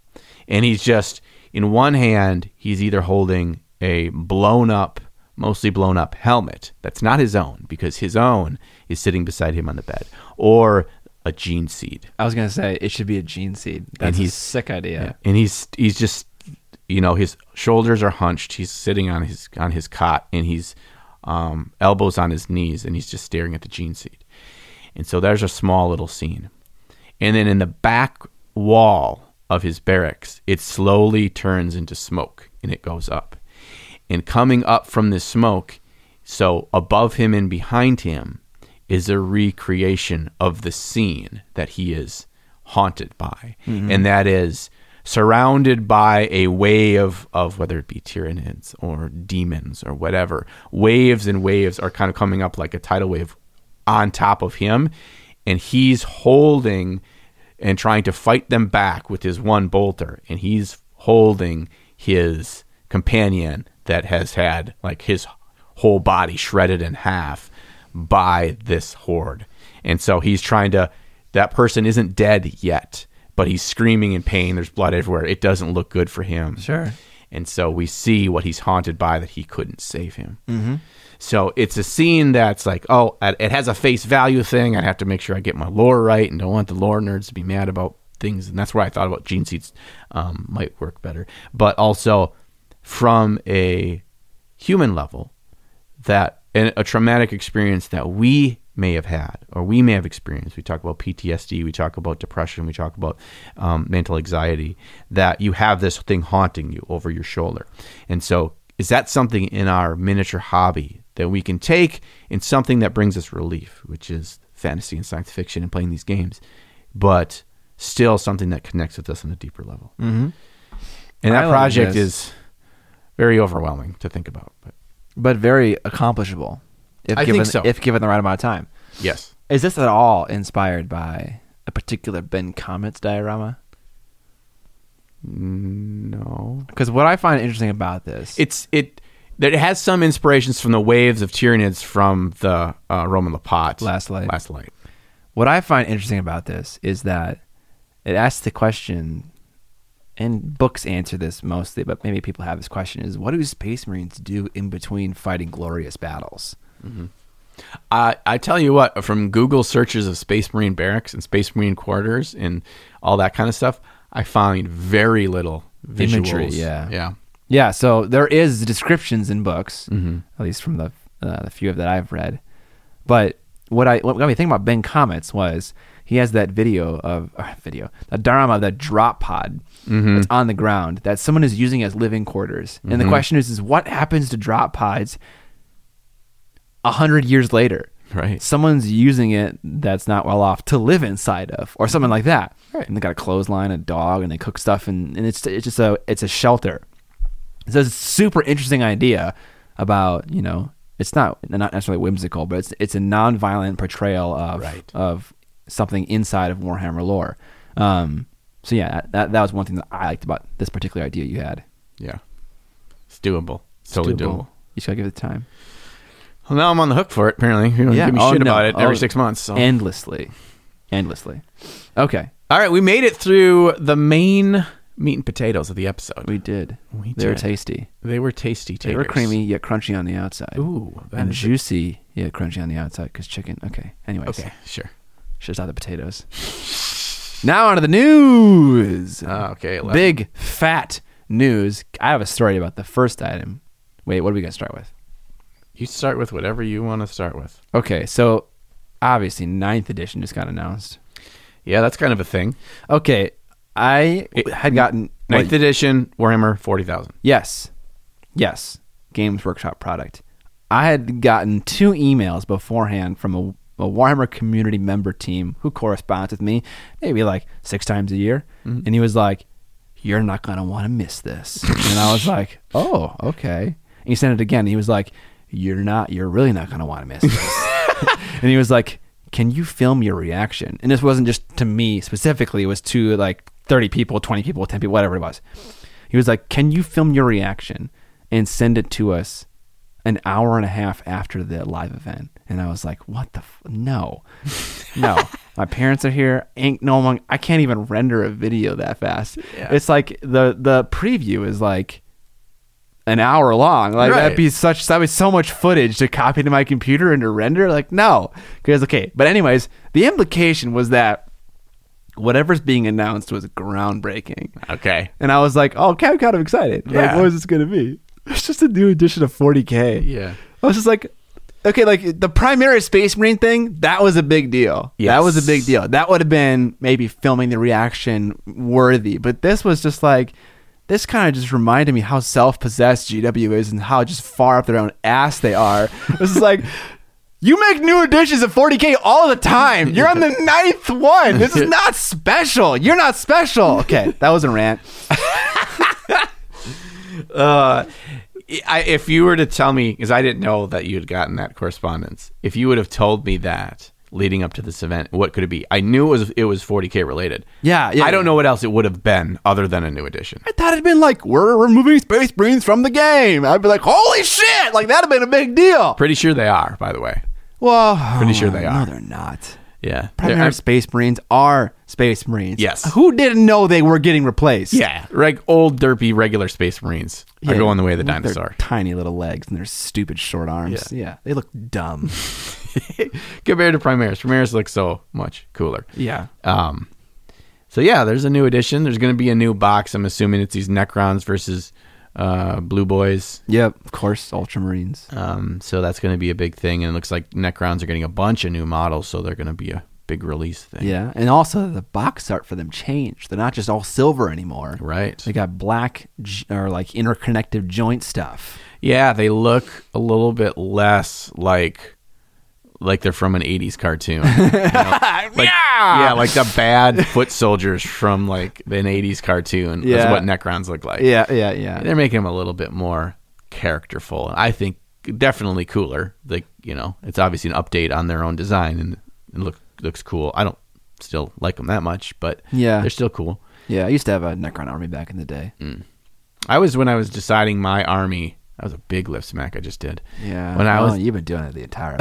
Speaker 1: and he's just in one hand he's either holding a blown up mostly blown up helmet that's not his own because his own is sitting beside him on the bed or a gene seed
Speaker 2: I was gonna say it should be a gene seed. That's
Speaker 1: he's-
Speaker 2: a sick idea.
Speaker 1: and he's he's just you know his shoulders are hunched he's sitting on his on his cot and he's um, elbows on his knees and he's just staring at the gene seed and so there's a small little scene and then in the back wall of his barracks it slowly turns into smoke and it goes up and coming up from this smoke so above him and behind him is a recreation of the scene that he is haunted by. And that is surrounded by a wave of whether it be tyrannids or demons or whatever. Waves and waves are kind of coming up like a tidal wave on top of him. And he's holding and trying to fight them back with his one bolter. And he's holding his companion that has had like his whole body shredded in half by this horde. And so he's trying to, that person isn't dead yet, but he's screaming in pain. There's blood everywhere. It doesn't look good for him.
Speaker 2: Sure.
Speaker 1: And so we see what he's haunted by that he couldn't save him. Mm-hmm. So it's a scene that's like, oh, it it has a face value thing. I have to make sure I get my lore right and don't want the lore nerds to be mad about things. And that's where I thought about gene seeds um, might work better. But also from a human level, that and a traumatic experience that we may have had or we may have experienced. We talk about PTSD, we talk about depression, we talk about um, mental anxiety, that you have this thing haunting you over your shoulder. And so, is that something in our miniature hobby that we can take in something that brings us relief, which is fantasy and science fiction and playing these games, but still something that connects with us on a deeper level.
Speaker 2: Mm-hmm.
Speaker 1: And
Speaker 2: I
Speaker 1: that
Speaker 2: like
Speaker 1: project
Speaker 2: this.
Speaker 1: is very overwhelming to think about. But
Speaker 2: But very accomplishable. If
Speaker 1: I think
Speaker 2: given,
Speaker 1: so.
Speaker 2: If given the right amount of time.
Speaker 1: yes,
Speaker 2: Is this at all inspired by a particular Ben Comets diorama?
Speaker 1: no,
Speaker 2: Because what I find interesting about this,
Speaker 1: it's it. That it has some inspirations from the waves of Tyranids from the uh, Roman the Pot
Speaker 2: Last Light.
Speaker 1: Last Light.
Speaker 2: what I find interesting about this is that it asks the question, and books answer this mostly, but maybe people have this question: is what do Space Marines do in between fighting glorious battles?
Speaker 1: I, I tell you what, from Google searches of Space Marine barracks and Space Marine quarters and all that kind of stuff, I find very little visuals.
Speaker 2: Imagery, yeah.
Speaker 1: yeah.
Speaker 2: Yeah, so there is descriptions in books, at least from the uh, the few of that I've read. But what I what got me thinking about Ben Comets was he has that video of uh, video that diorama of that drop pod that's on the ground that someone is using as living quarters, and the question is is what happens to drop pods a hundred years later?
Speaker 1: Right.
Speaker 2: someone's using it that's not well off to live inside of or
Speaker 1: Mm-hmm.
Speaker 2: something like that and they got a clothesline a dog and they cook stuff and, and it's, it's just a it's a shelter so it's a super interesting idea about you know it's not not necessarily whimsical but it's it's a non-violent portrayal of
Speaker 1: Right.
Speaker 2: of something inside of warhammer lore um so yeah that, that was one thing that i liked about this particular idea you had
Speaker 1: Yeah. It's doable. It's totally doable.
Speaker 2: you just gotta give it time
Speaker 1: Well, now I'm on the hook for it, apparently. You don't give me
Speaker 2: Oh,
Speaker 1: shit
Speaker 2: no.
Speaker 1: about it every
Speaker 2: Oh,
Speaker 1: six months. so.
Speaker 2: endlessly endlessly okay
Speaker 1: all right, we made it through the main meat and potatoes of the episode.
Speaker 2: We did.
Speaker 1: We
Speaker 2: they were
Speaker 1: did.
Speaker 2: tasty.
Speaker 1: they were tasty taters.
Speaker 2: They were creamy yet crunchy on the outside.
Speaker 1: Ooh, that
Speaker 2: and
Speaker 1: is-
Speaker 2: juicy yet crunchy on the outside because chicken. Okay. Anyways,
Speaker 1: Okay, sure.
Speaker 2: should have the potatoes. now onto the news.
Speaker 1: Ah, okay, eleven.
Speaker 2: Big fat news. I have a story about the first item. Wait, what are we gonna start with?
Speaker 1: You start with whatever you want to start with.
Speaker 2: Okay, so obviously ninth edition just got announced.
Speaker 1: Yeah, that's kind of a thing.
Speaker 2: Okay, I had gotten
Speaker 1: Ninth edition, Warhammer 40,000.
Speaker 2: Yes. Yes. Games Workshop product. I had gotten two emails beforehand from a, a Warhammer community member team who corresponds with me maybe like six times a year. And he was like, You're not going to want to miss this. and I was like, Oh, okay. And he sent it again. He was like, You're not, you're really not going to want to miss this. and he was like, Can you film your reaction? And this wasn't just to me specifically, it was to like 30 people, 20 people, 10 people, whatever it was. He was like, "Can you film your reaction and send it to us an hour and a half after the live event?" And I was like, "What the f- no, no." My parents are here. Ain't no one. I can't even render a video that fast.
Speaker 1: Yeah.
Speaker 2: It's like the the preview is like an hour long. Like
Speaker 1: Right.
Speaker 2: that'd be such that was so much footage to copy to my computer and to render. Like no, because okay. But anyways, the implication was that whatever's being announced was groundbreaking.
Speaker 1: Okay.
Speaker 2: And I was like, oh, okay, I'm kind of excited. Like,
Speaker 1: Yeah.
Speaker 2: what is this going to be? It's just a new edition of 40K.
Speaker 1: Yeah.
Speaker 2: I was just like, okay, like the primary Space Marine thing, that was a big deal. That
Speaker 1: Yes.
Speaker 2: was a big deal. That would have been maybe filming the reaction worthy. But this was just like, this kind of just reminded me how self possessed GW is and how just far up their own ass they are. this is like, you make new editions of 40K all the time. You're on the ninth one. This is not special. You're not special. Okay, that was a rant.
Speaker 1: Uh, I, if you were to tell me, because I didn't know that you had gotten that correspondence, if you would have told me that leading up to this event, what could it be? I knew it was it was 40k related.
Speaker 2: Yeah, yeah,
Speaker 1: I don't
Speaker 2: yeah.
Speaker 1: know what else it would have been other than a new edition.
Speaker 2: I thought it'd been like, we're removing Space Marines from the game. I'd be like, holy shit! Like, that'd have been a big deal.
Speaker 1: Pretty sure they are, by the way.
Speaker 2: Well,
Speaker 1: Pretty sure they
Speaker 2: No,
Speaker 1: are.
Speaker 2: they're not.
Speaker 1: Yeah. They're-
Speaker 2: Primary Space Marines are Space Marines.
Speaker 1: Yes.
Speaker 2: Who didn't know they were getting replaced?
Speaker 1: yeah, like old derpy regular space marines are going the way of the
Speaker 2: with their
Speaker 1: dinosaur.
Speaker 2: tiny little legs and their stupid short arms. Yeah. They look dumb.
Speaker 1: Compared to Primaris, Primaris looks so much cooler.
Speaker 2: yeah.
Speaker 1: Um, so yeah, there's a new edition. There's going to be a new box. I'm assuming it's these Necrons versus uh, Blue Boys.
Speaker 2: Yep. Of course, Ultramarines.
Speaker 1: Um, so that's going to be a big thing. And it looks like Necrons are getting a bunch of new models, so they're going to be a big release thing.
Speaker 2: Yeah. And also, the box art for them changed. They're not just all silver anymore.
Speaker 1: Right.
Speaker 2: They got black j- or like interconnected joint stuff.
Speaker 1: Yeah, they look a little bit less like like they're from an 80s cartoon. Like, yeah! like the bad foot soldiers from like an 80s cartoon.
Speaker 2: Yeah.
Speaker 1: That's what Necrons look like.
Speaker 2: yeah, yeah, yeah.
Speaker 1: They're making them a little bit more characterful. I think definitely cooler. Like, you know, it's obviously an update on their own design and it look, looks cool. I don't still like them that much, but
Speaker 2: Yeah.
Speaker 1: they're still cool.
Speaker 2: Yeah, I used to have a Necron army back in the day.
Speaker 1: I was when I was deciding my army. That was a big lift smack I just did.
Speaker 2: Yeah.
Speaker 1: When I
Speaker 2: Oh,
Speaker 1: was,
Speaker 2: you've been doing it the entire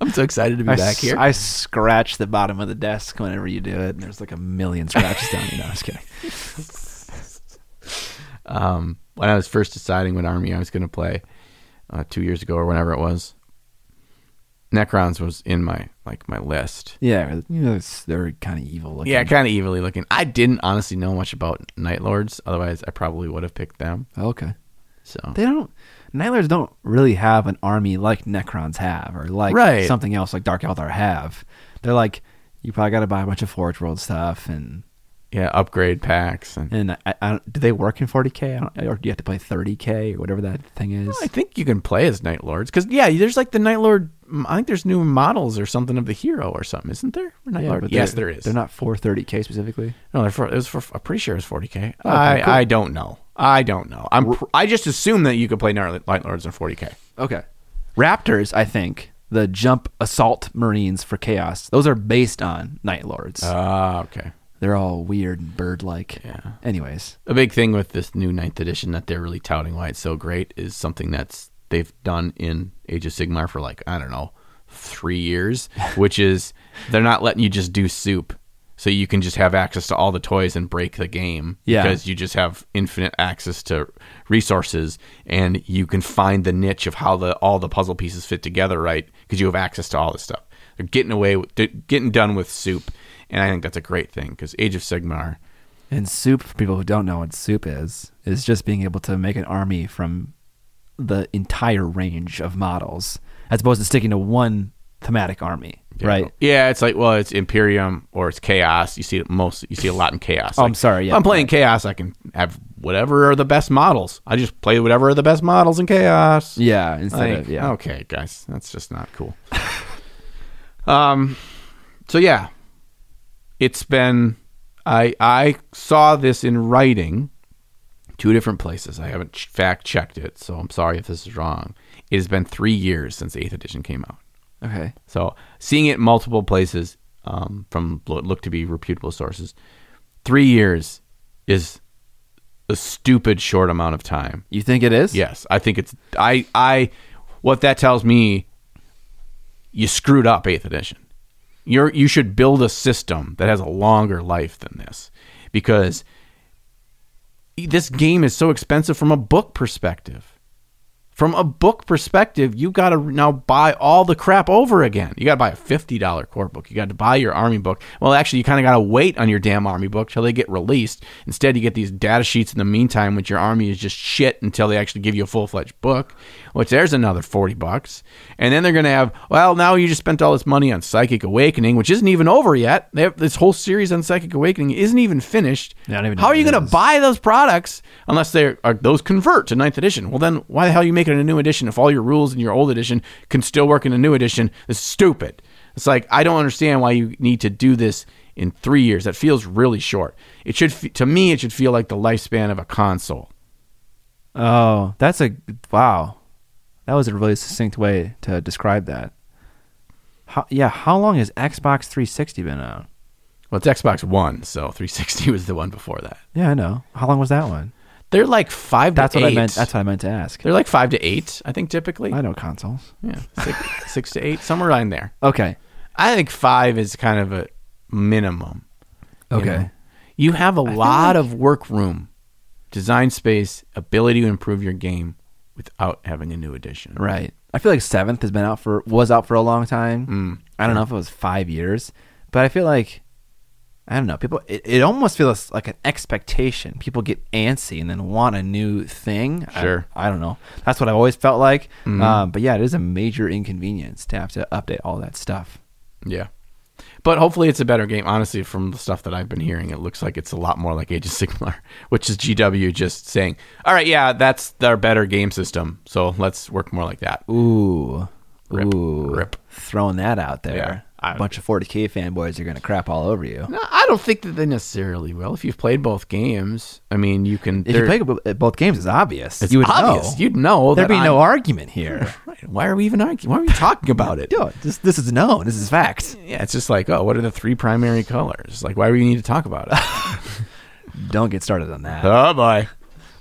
Speaker 1: I'm so excited to be
Speaker 2: I
Speaker 1: back
Speaker 2: s-
Speaker 1: here.
Speaker 2: I scratch the bottom of the desk whenever you do it, and there's like a million scratches down. You know, I'm just kidding.
Speaker 1: um, when I was first deciding what army I was going to play uh, two years ago or whenever it was, Necrons was in my like my list.
Speaker 2: Yeah, you know, it's, they're kind of evil looking.
Speaker 1: Yeah, kind of evilly looking. I didn't honestly know much about Night Lords. Otherwise, I probably would have picked them.
Speaker 2: Oh, okay.
Speaker 1: So
Speaker 2: They don't. Nightlords don't really have an army like Necrons have, or like
Speaker 1: Right.
Speaker 2: something else like Dark Eldar have. They're like, you probably got to buy a bunch of Forge World stuff, and
Speaker 1: yeah, upgrade packs and
Speaker 2: and I, I don't, do they work in 40k, I don't, or do you have to play 30k or whatever that thing is?
Speaker 1: I think you can play as Night Lords because yeah, there's like the Night Lord. I think there's new models or something of the hero or something, isn't there? For Night Lord?
Speaker 2: but
Speaker 1: Yes,
Speaker 2: they're-
Speaker 1: there is.
Speaker 2: They're not for 30k specifically.
Speaker 1: No, they're for, it was for. I'm pretty sure it was 40k.
Speaker 2: okay,
Speaker 1: I
Speaker 2: cool.
Speaker 1: I don't know. I don't know. I'm. Pr- I just assume that you could play Night Light Lords in 40k.
Speaker 2: Okay. Raptors, I think, the jump assault marines for chaos, those are based on Night Lords.
Speaker 1: Ah, okay.
Speaker 2: They're all weird and bird like.
Speaker 1: Yeah.
Speaker 2: Anyways.
Speaker 1: A big thing with this new ninth edition that they're really touting why it's so great is something that's they've done in Age of Sigmar for like I don't know three years, which is they're not letting you just do soup. So you can just have access to all the toys and break the game
Speaker 2: Yeah.
Speaker 1: because you just have infinite access to resources and you can find the niche of how the all the puzzle pieces fit together right because you have access to all this stuff. They're getting away, with, they're getting done with soup, and I think that's a great thing because Age of Sigmar.
Speaker 2: And soup, for people who don't know what soup is, is just being able to make an army from the entire range of models as opposed to sticking to one thematic army, right?
Speaker 1: Yeah, it's like well, it's Imperium or it's Chaos. You see it most. You see a lot in Chaos.
Speaker 2: Oh, I'm
Speaker 1: Like,
Speaker 2: sorry,
Speaker 1: if
Speaker 2: yeah.
Speaker 1: I'm playing Chaos. I can have whatever are the best models. I just play whatever are the best models in Chaos.
Speaker 2: Yeah, instead
Speaker 1: Like,
Speaker 2: of yeah.
Speaker 1: Okay, guys, that's just not cool. um, so yeah, it's been. I I saw this in writing, two different places. I haven't fact checked it, so I'm sorry if this is wrong. It has been three years since Eighth Edition came out.
Speaker 2: Okay.
Speaker 1: So seeing it multiple places um, from what look to be reputable sources, three years is a stupid short amount of time.
Speaker 2: You think it is?
Speaker 1: Yes, I think it's I I what that tells me you screwed up eighth edition. You're you should build a system that has a longer life than this because this game is so expensive from a book perspective. From a book perspective, you got to now buy all the crap over again. You got to buy a $50 core book. You got to buy your army book. Well, actually, you kind of got to wait on your damn army book till they get released. Instead, you get these data sheets in the meantime, which your army is just shit until they actually give you a full fledged book, which there's another 40 bucks. And then they're going to have, well, now you just spent all this money on Psychic Awakening, which isn't even over yet. They have, this whole series on Psychic Awakening isn't even finished.
Speaker 2: Yeah, I don't even
Speaker 1: How
Speaker 2: know
Speaker 1: are
Speaker 2: what
Speaker 1: you
Speaker 2: it
Speaker 1: going to
Speaker 2: is.
Speaker 1: buy? buy those products unless they are those convert to ninth edition. Well, then why the hell are you making a new edition if all your rules in your old edition can still work in a new edition? It's stupid. It's like I don't understand why you need to do this in three years. That feels really short. It should fe- to me it should feel like the lifespan of a console.
Speaker 2: Oh, that's a wow. That was a really succinct way to describe that. How, yeah, how long has Xbox 360 been out?
Speaker 1: Well, it's Xbox One, so 360 was the one before that.
Speaker 2: Yeah, I know. How long was that one?
Speaker 1: They're like five.
Speaker 2: That's
Speaker 1: to
Speaker 2: what I
Speaker 1: eight.
Speaker 2: meant. That's what I meant to ask.
Speaker 1: They're like five to eight, I think, typically.
Speaker 2: I know consoles.
Speaker 1: Yeah, six, six to eight, somewhere in there.
Speaker 2: Okay.
Speaker 1: I think five is kind of a minimum. you
Speaker 2: Okay.
Speaker 1: know? You have a lot of workroom, design space, ability to improve your game without having a new edition.
Speaker 2: Right. I feel like Seventh has been out for was out for a long time.
Speaker 1: Mm.
Speaker 2: I don't know if it was five years, but I feel like I don't know. People, it, it almost feels like an expectation. People get antsy and then want a new thing. I-
Speaker 1: Sure. Mm-hmm.
Speaker 2: I, don't know. That's what I've always felt Uh, like. Um, but yeah, it is a major inconvenience to have to update all that stuff.
Speaker 1: Yeah. But hopefully it's a better game. Honestly, from the stuff that I've been hearing, it looks like it's a lot more like Age of Sigmar, which is GW just saying, "All right, yeah, that's our better game system. So let's work more like that."
Speaker 2: Ooh.
Speaker 1: Rip.
Speaker 2: Ooh.
Speaker 1: Rip.
Speaker 2: Throwing that out
Speaker 1: Yeah.
Speaker 2: there.
Speaker 1: I-
Speaker 2: a bunch of 40K fanboys are going to crap all over you.
Speaker 1: No, I don't think that they necessarily will. If you've played both games, I mean, you can.
Speaker 2: If you play bo- both games, it's obvious.
Speaker 1: it's
Speaker 2: you would
Speaker 1: obvious.
Speaker 2: know.
Speaker 1: You'd know.
Speaker 2: There'd
Speaker 1: that
Speaker 2: be no
Speaker 1: I'm-
Speaker 2: argument here.
Speaker 1: Right. Why are we even arguing? Why are we talking about it?
Speaker 2: Yo, this, this is known. This is fact.
Speaker 1: Yeah, it's just like, oh, what are the three primary colors? Like, why do we need to talk about it?
Speaker 2: Don't get started on that.
Speaker 1: oh boy,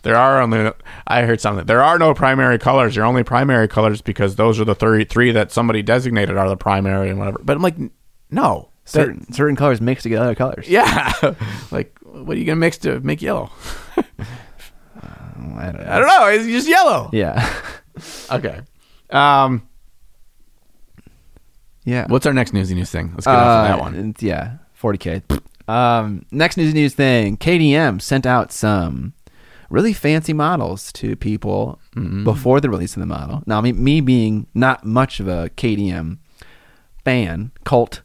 Speaker 1: there are only. I heard something. There are no primary colors. Your only primary colors because those are the three three that somebody designated are the primary and whatever. But I'm like, no, That-
Speaker 2: certain certain colors mixed together other colors.
Speaker 1: yeah, like, what are you gonna mix to make yellow?
Speaker 2: Oh, I don't
Speaker 1: I
Speaker 2: know.
Speaker 1: don't know. It's just yellow.
Speaker 2: Yeah.
Speaker 1: Okay. Um,
Speaker 2: yeah.
Speaker 1: what's our next newsy news thing? Let's get off
Speaker 2: Uh,
Speaker 1: of that one.
Speaker 2: it's- Yeah, 40k. Um, next news news thing. KDM sent out some really fancy models to people before the release of the model. Now, me, me being not much of a KDM fan, cult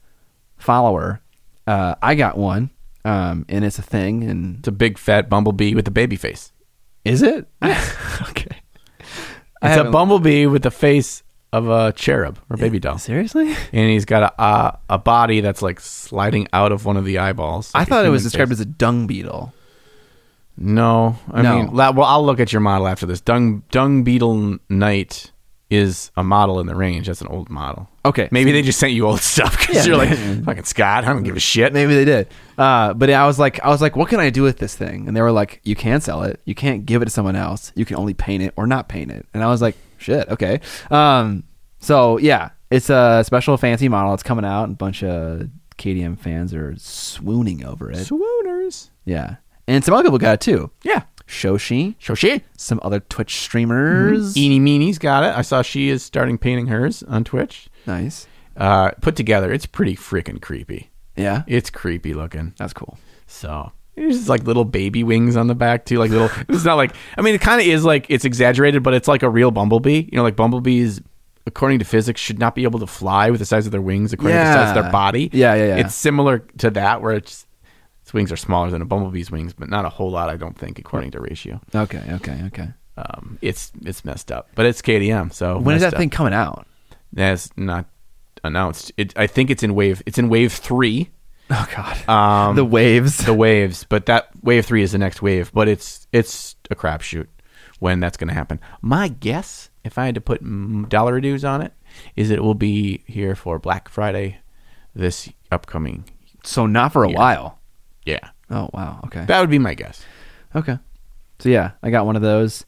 Speaker 2: follower, uh, I got one, um, and it's a thing. And
Speaker 1: It's a big fat bumblebee with a baby face.
Speaker 2: is it? okay. I
Speaker 1: It's a
Speaker 2: haven't-
Speaker 1: bumblebee with the face of a cherub or baby doll.
Speaker 2: Seriously?
Speaker 1: and he's got a uh, a body that's like sliding out of one of the eyeballs.
Speaker 2: I
Speaker 1: like a
Speaker 2: thought it
Speaker 1: human
Speaker 2: was described
Speaker 1: face.
Speaker 2: as a dung beetle.
Speaker 1: no. I
Speaker 2: No.
Speaker 1: mean, la- well, I'll look at your model after this. Dung Dung Beetle Knight is a model in the range. That's an old model.
Speaker 2: Okay,
Speaker 1: Maybe they just sent you old stuff because
Speaker 2: Yeah.
Speaker 1: you're like fucking Scott. I don't give a shit.
Speaker 2: Maybe they did. Uh, but I was like, I was like, what can I do with this thing? And they were like, you can't sell it. You can't give it to someone else. You can only paint it or not paint it. And I was like, shit, okay. Um, so yeah, it's a special fancy model. It's coming out, and a bunch of KDM fans are swooning over it.
Speaker 1: Swooners.
Speaker 2: Yeah, and some other people got it too.
Speaker 1: Yeah.
Speaker 2: Shoshi,
Speaker 1: Shoshi.
Speaker 2: some other Twitch streamers.
Speaker 1: Eeny Meenie's got it. I saw she is starting painting hers on Twitch.
Speaker 2: Nice.
Speaker 1: Uh, put together, it's pretty freaking creepy.
Speaker 2: Yeah,
Speaker 1: It's creepy looking.
Speaker 2: that's cool.
Speaker 1: So it's just like little baby wings on the back too, like little. it's not like I mean, it kind of is like it's exaggerated, but it's like a real bumblebee. You know, like bumblebees, according to physics, should not be able to fly with the size of their wings according to the size of
Speaker 2: Yeah.
Speaker 1: their body.
Speaker 2: Yeah, yeah, yeah.
Speaker 1: It's similar to that where it's its wings are smaller than a bumblebee's wings, but not a whole lot, I don't think, according to ratio.
Speaker 2: Okay, okay, okay.
Speaker 1: Um, it's it's messed up, but it's KDM. So
Speaker 2: When is
Speaker 1: messed
Speaker 2: that
Speaker 1: up.
Speaker 2: thing coming out?
Speaker 1: That's not announced. It, I think it's in wave. It's in wave three.
Speaker 2: Oh God,
Speaker 1: Um,
Speaker 2: the waves.
Speaker 1: the waves, but that wave three is the next wave. But it's it's a crapshoot when that's going to happen. My guess, if I had to put mm, dollar dues on it, is it will be here for Black Friday this upcoming.
Speaker 2: so not for a while.
Speaker 1: Yeah,
Speaker 2: Oh wow. Okay.
Speaker 1: that would be my guess.
Speaker 2: Okay. So yeah, I got one of those.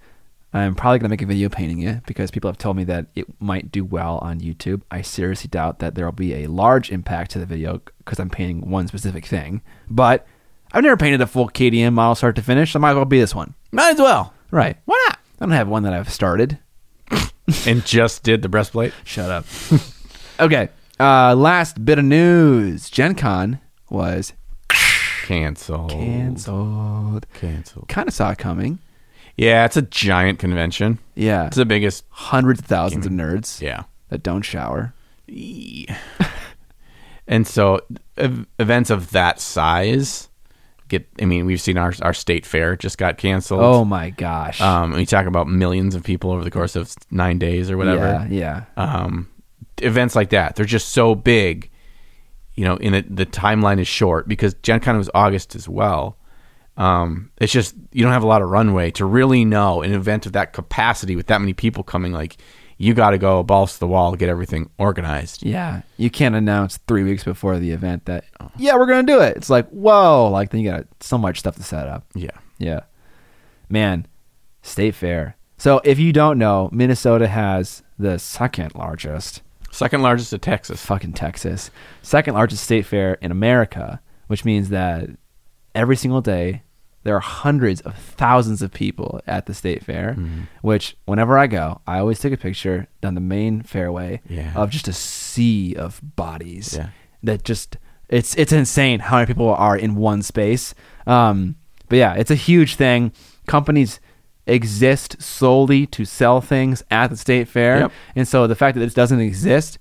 Speaker 2: I'm probably gonna make a video painting it because people have told me that it might do well on YouTube. I seriously doubt that there will be a large impact to the video because I'm painting one specific thing. But I've never painted a full KDM model start to finish, so might as well be this one.
Speaker 1: Might as well.
Speaker 2: Right.
Speaker 1: Why not?
Speaker 2: I don't have one that I've started.
Speaker 1: and just did the breastplate.
Speaker 2: Shut up. okay. Uh, last bit of news: Gen Con was
Speaker 1: Cancelled.
Speaker 2: canceled.
Speaker 1: Cancelled.
Speaker 2: Kind of saw it coming.
Speaker 1: Yeah, it's a giant convention.
Speaker 2: Yeah.
Speaker 1: It's the biggest.
Speaker 2: hundreds of thousands of nerds
Speaker 1: Yeah.
Speaker 2: that don't shower.
Speaker 1: and so ev- events of that size get i mean we've seen our, our state fair just got canceled
Speaker 2: Oh my gosh.
Speaker 1: um we talk about millions of people over the course of nine days or whatever
Speaker 2: Yeah, yeah.
Speaker 1: um events like that they're just so big you know in the, the timeline is short because gen con was august as well um it's just you don't have a lot of runway to really know an event of that capacity with that many people coming like you got to go balls to the wall get everything organized
Speaker 2: Yeah. You can't announce three weeks before the event that, yeah, we're going to do it. It's like, whoa. Like, then you got so much stuff to set up.
Speaker 1: yeah
Speaker 2: Yeah. Man, state fair. So if you don't know, Minnesota has the second largest,
Speaker 1: second largest to texas
Speaker 2: fucking Texas, second largest state fair in America, which means that every single day there are hundreds of thousands of people at the state fair,
Speaker 1: Mm-hmm.
Speaker 2: which whenever I go, I always take a picture down the main fairway
Speaker 1: Yeah.
Speaker 2: of just a sea of bodies
Speaker 1: Yeah.
Speaker 2: that just it's it's insane how many people are in one space. Um, but yeah, it's a huge thing. Companies exist solely to sell things at the state fair,
Speaker 1: Yep.
Speaker 2: and so the fact that this doesn't exist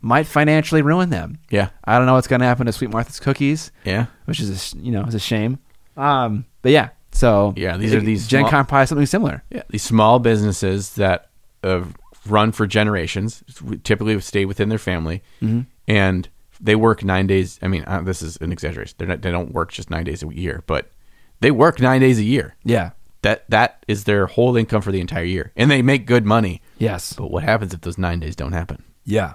Speaker 2: might financially ruin them.
Speaker 1: Yeah.
Speaker 2: I don't know what's going to happen to Sweet Martha's cookies,
Speaker 1: Yeah.
Speaker 2: which is a, sh- you know is a shame. Um, but yeah, so
Speaker 1: Yeah, these are these
Speaker 2: Gen
Speaker 1: small-
Speaker 2: Con probably something similar.
Speaker 1: Yeah, these small businesses that uh, run for generations typically stay within their family,
Speaker 2: Mm-hmm.
Speaker 1: and they work nine days. I mean, uh, this is an exaggeration. They're not, they don't work just nine days a year, but they work nine days a year.
Speaker 2: Yeah.
Speaker 1: That that is their whole income for the entire year, and they make good money.
Speaker 2: Yes.
Speaker 1: But what happens if those nine days don't happen?
Speaker 2: Yeah.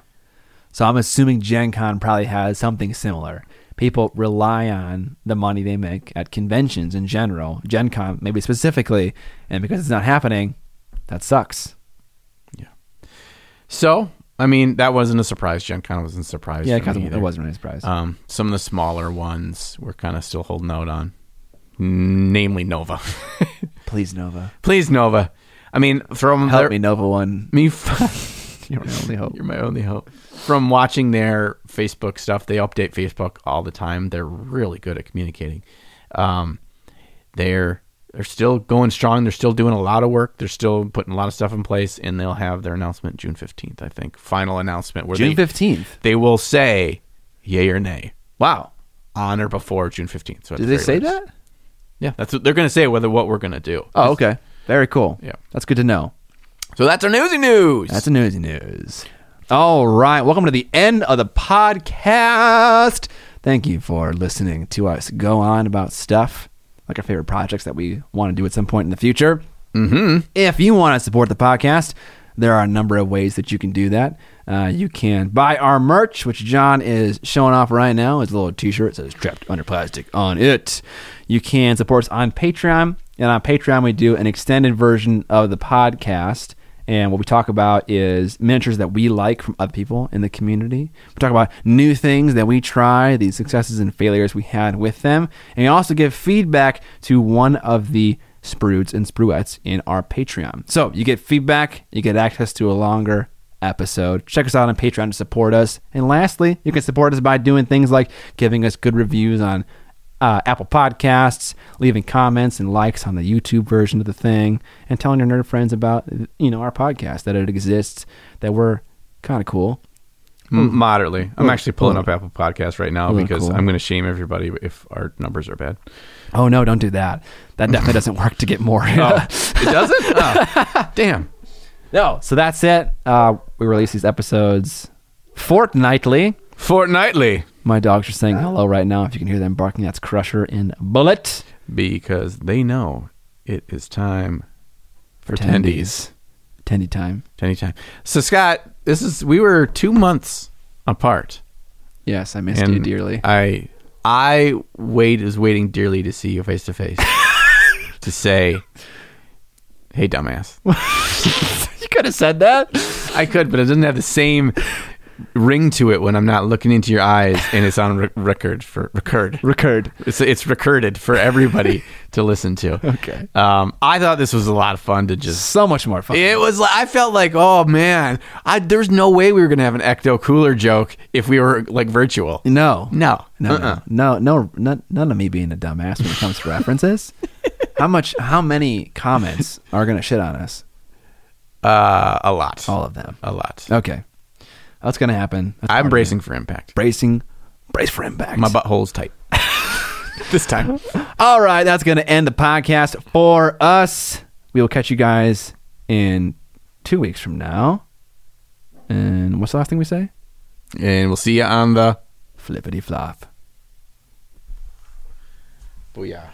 Speaker 2: So I'm assuming Gen Con probably has something similar. People rely on the money they make at conventions in general, Gen Con maybe specifically, and because it's not happening, that sucks.
Speaker 1: So, I mean, that wasn't a surprise. Gen Con wasn't a surprise.
Speaker 2: Yeah,
Speaker 1: for
Speaker 2: because
Speaker 1: me
Speaker 2: it
Speaker 1: either.
Speaker 2: wasn't really a surprise.
Speaker 1: Um, some of the smaller ones we're kind of still holding out on, namely Nova.
Speaker 2: Please, Nova.
Speaker 1: Please, Nova. I mean, from
Speaker 2: Help
Speaker 1: their-
Speaker 2: me, Nova One.
Speaker 1: me f-
Speaker 2: You're my only hope.
Speaker 1: You're my only hope. From watching their Facebook stuff, they update Facebook all the time. They're really good at communicating. Um, they're they're still going strong. They're still doing a lot of work. They're still putting a lot of stuff in place, and they'll have their announcement June fifteenth. I think final announcement where
Speaker 2: June
Speaker 1: they
Speaker 2: 15th.
Speaker 1: they will say yay or nay
Speaker 2: Wow.
Speaker 1: on or before June fifteenth. So at
Speaker 2: Did
Speaker 1: the
Speaker 2: they
Speaker 1: very
Speaker 2: say
Speaker 1: least-
Speaker 2: that?
Speaker 1: Yeah, that's what they're going to say whether what we're going to do.
Speaker 2: Oh, okay. Very cool.
Speaker 1: Yeah.
Speaker 2: That's good to know.
Speaker 1: So that's our newsy news.
Speaker 2: That's a newsy news. All right. Welcome to the end of the podcast. Thank you for listening to us go on about stuff like our favorite projects that we want to do at some point in the future. Mm-hmm. If you want to support the podcast, there are a number of ways that you can do that. Uh, you can buy our merch, which John is showing off right now. It's a little t shirt that says Trapped Under Plastic on it. You can support us on Patreon. And on Patreon, we do an extended version of the podcast. And what we talk about is miniatures that we like from other people in the community. We talk about new things that we try, the successes and failures we had with them. And we also give feedback to one of the sprudes and spruettes in our Patreon. So you get feedback, you get access to a longer episode. Check us out on Patreon to support us. And lastly, you can support us by doing things like giving us good reviews on uh, Apple Podcasts, leaving comments and likes on the YouTube version of the thing, and telling your nerd friends about you know our podcast that it exists, that we're kind of cool. Mm-hmm.
Speaker 1: M- moderately. I'm actually pulling up Apple Podcasts right now
Speaker 2: Oh,
Speaker 1: because
Speaker 2: cool.
Speaker 1: I'm going to shame everybody if our numbers are bad.
Speaker 2: Oh no, don't do that. That definitely doesn't work to get more.
Speaker 1: it doesn't. Oh, damn.
Speaker 2: no, so that's it. Uh, we release these episodes fortnightly.
Speaker 1: Fortnightly
Speaker 2: My dogs are saying hello right now. If you can hear them barking, that's Crusher and Bullet.
Speaker 1: because they know it is time for tendies.
Speaker 2: Tendy time.
Speaker 1: Tendy time. So Scott, this is we were two months apart,
Speaker 2: Yes, I missed you dearly.
Speaker 1: I I wait is waiting dearly to see you face to face to say, "Hey, dumbass."
Speaker 2: you could have said that.
Speaker 1: I could, but it doesn't have the same ring to it when I'm not looking into your eyes and it's on re- record for record.
Speaker 2: Recurred.
Speaker 1: It's it's recorded for everybody to listen to.
Speaker 2: Okay.
Speaker 1: Um, I thought this was a lot of fun to just.
Speaker 2: So much more fun.
Speaker 1: It was like I felt like, oh man, I, there's no way we were gonna have an ecto cooler joke if we were like virtual.
Speaker 2: No.
Speaker 1: No,
Speaker 2: No,
Speaker 1: Uh-uh.
Speaker 2: no, no, no, none of me being a dumbass when it comes to references. how much? How many comments are gonna shit on us?
Speaker 1: Uh, a lot,
Speaker 2: All of them.
Speaker 1: a lot.
Speaker 2: Okay, that's gonna happen. That's part
Speaker 1: I'm
Speaker 2: of
Speaker 1: bracing for impact.
Speaker 2: it. bracing, brace for impact.
Speaker 1: My butthole's tight this time.
Speaker 2: All right, that's gonna end the podcast for us. We will catch you guys in two weeks from now. And what's the last thing we say?
Speaker 1: And we'll see you on the
Speaker 2: Flippity flop.
Speaker 1: booyah.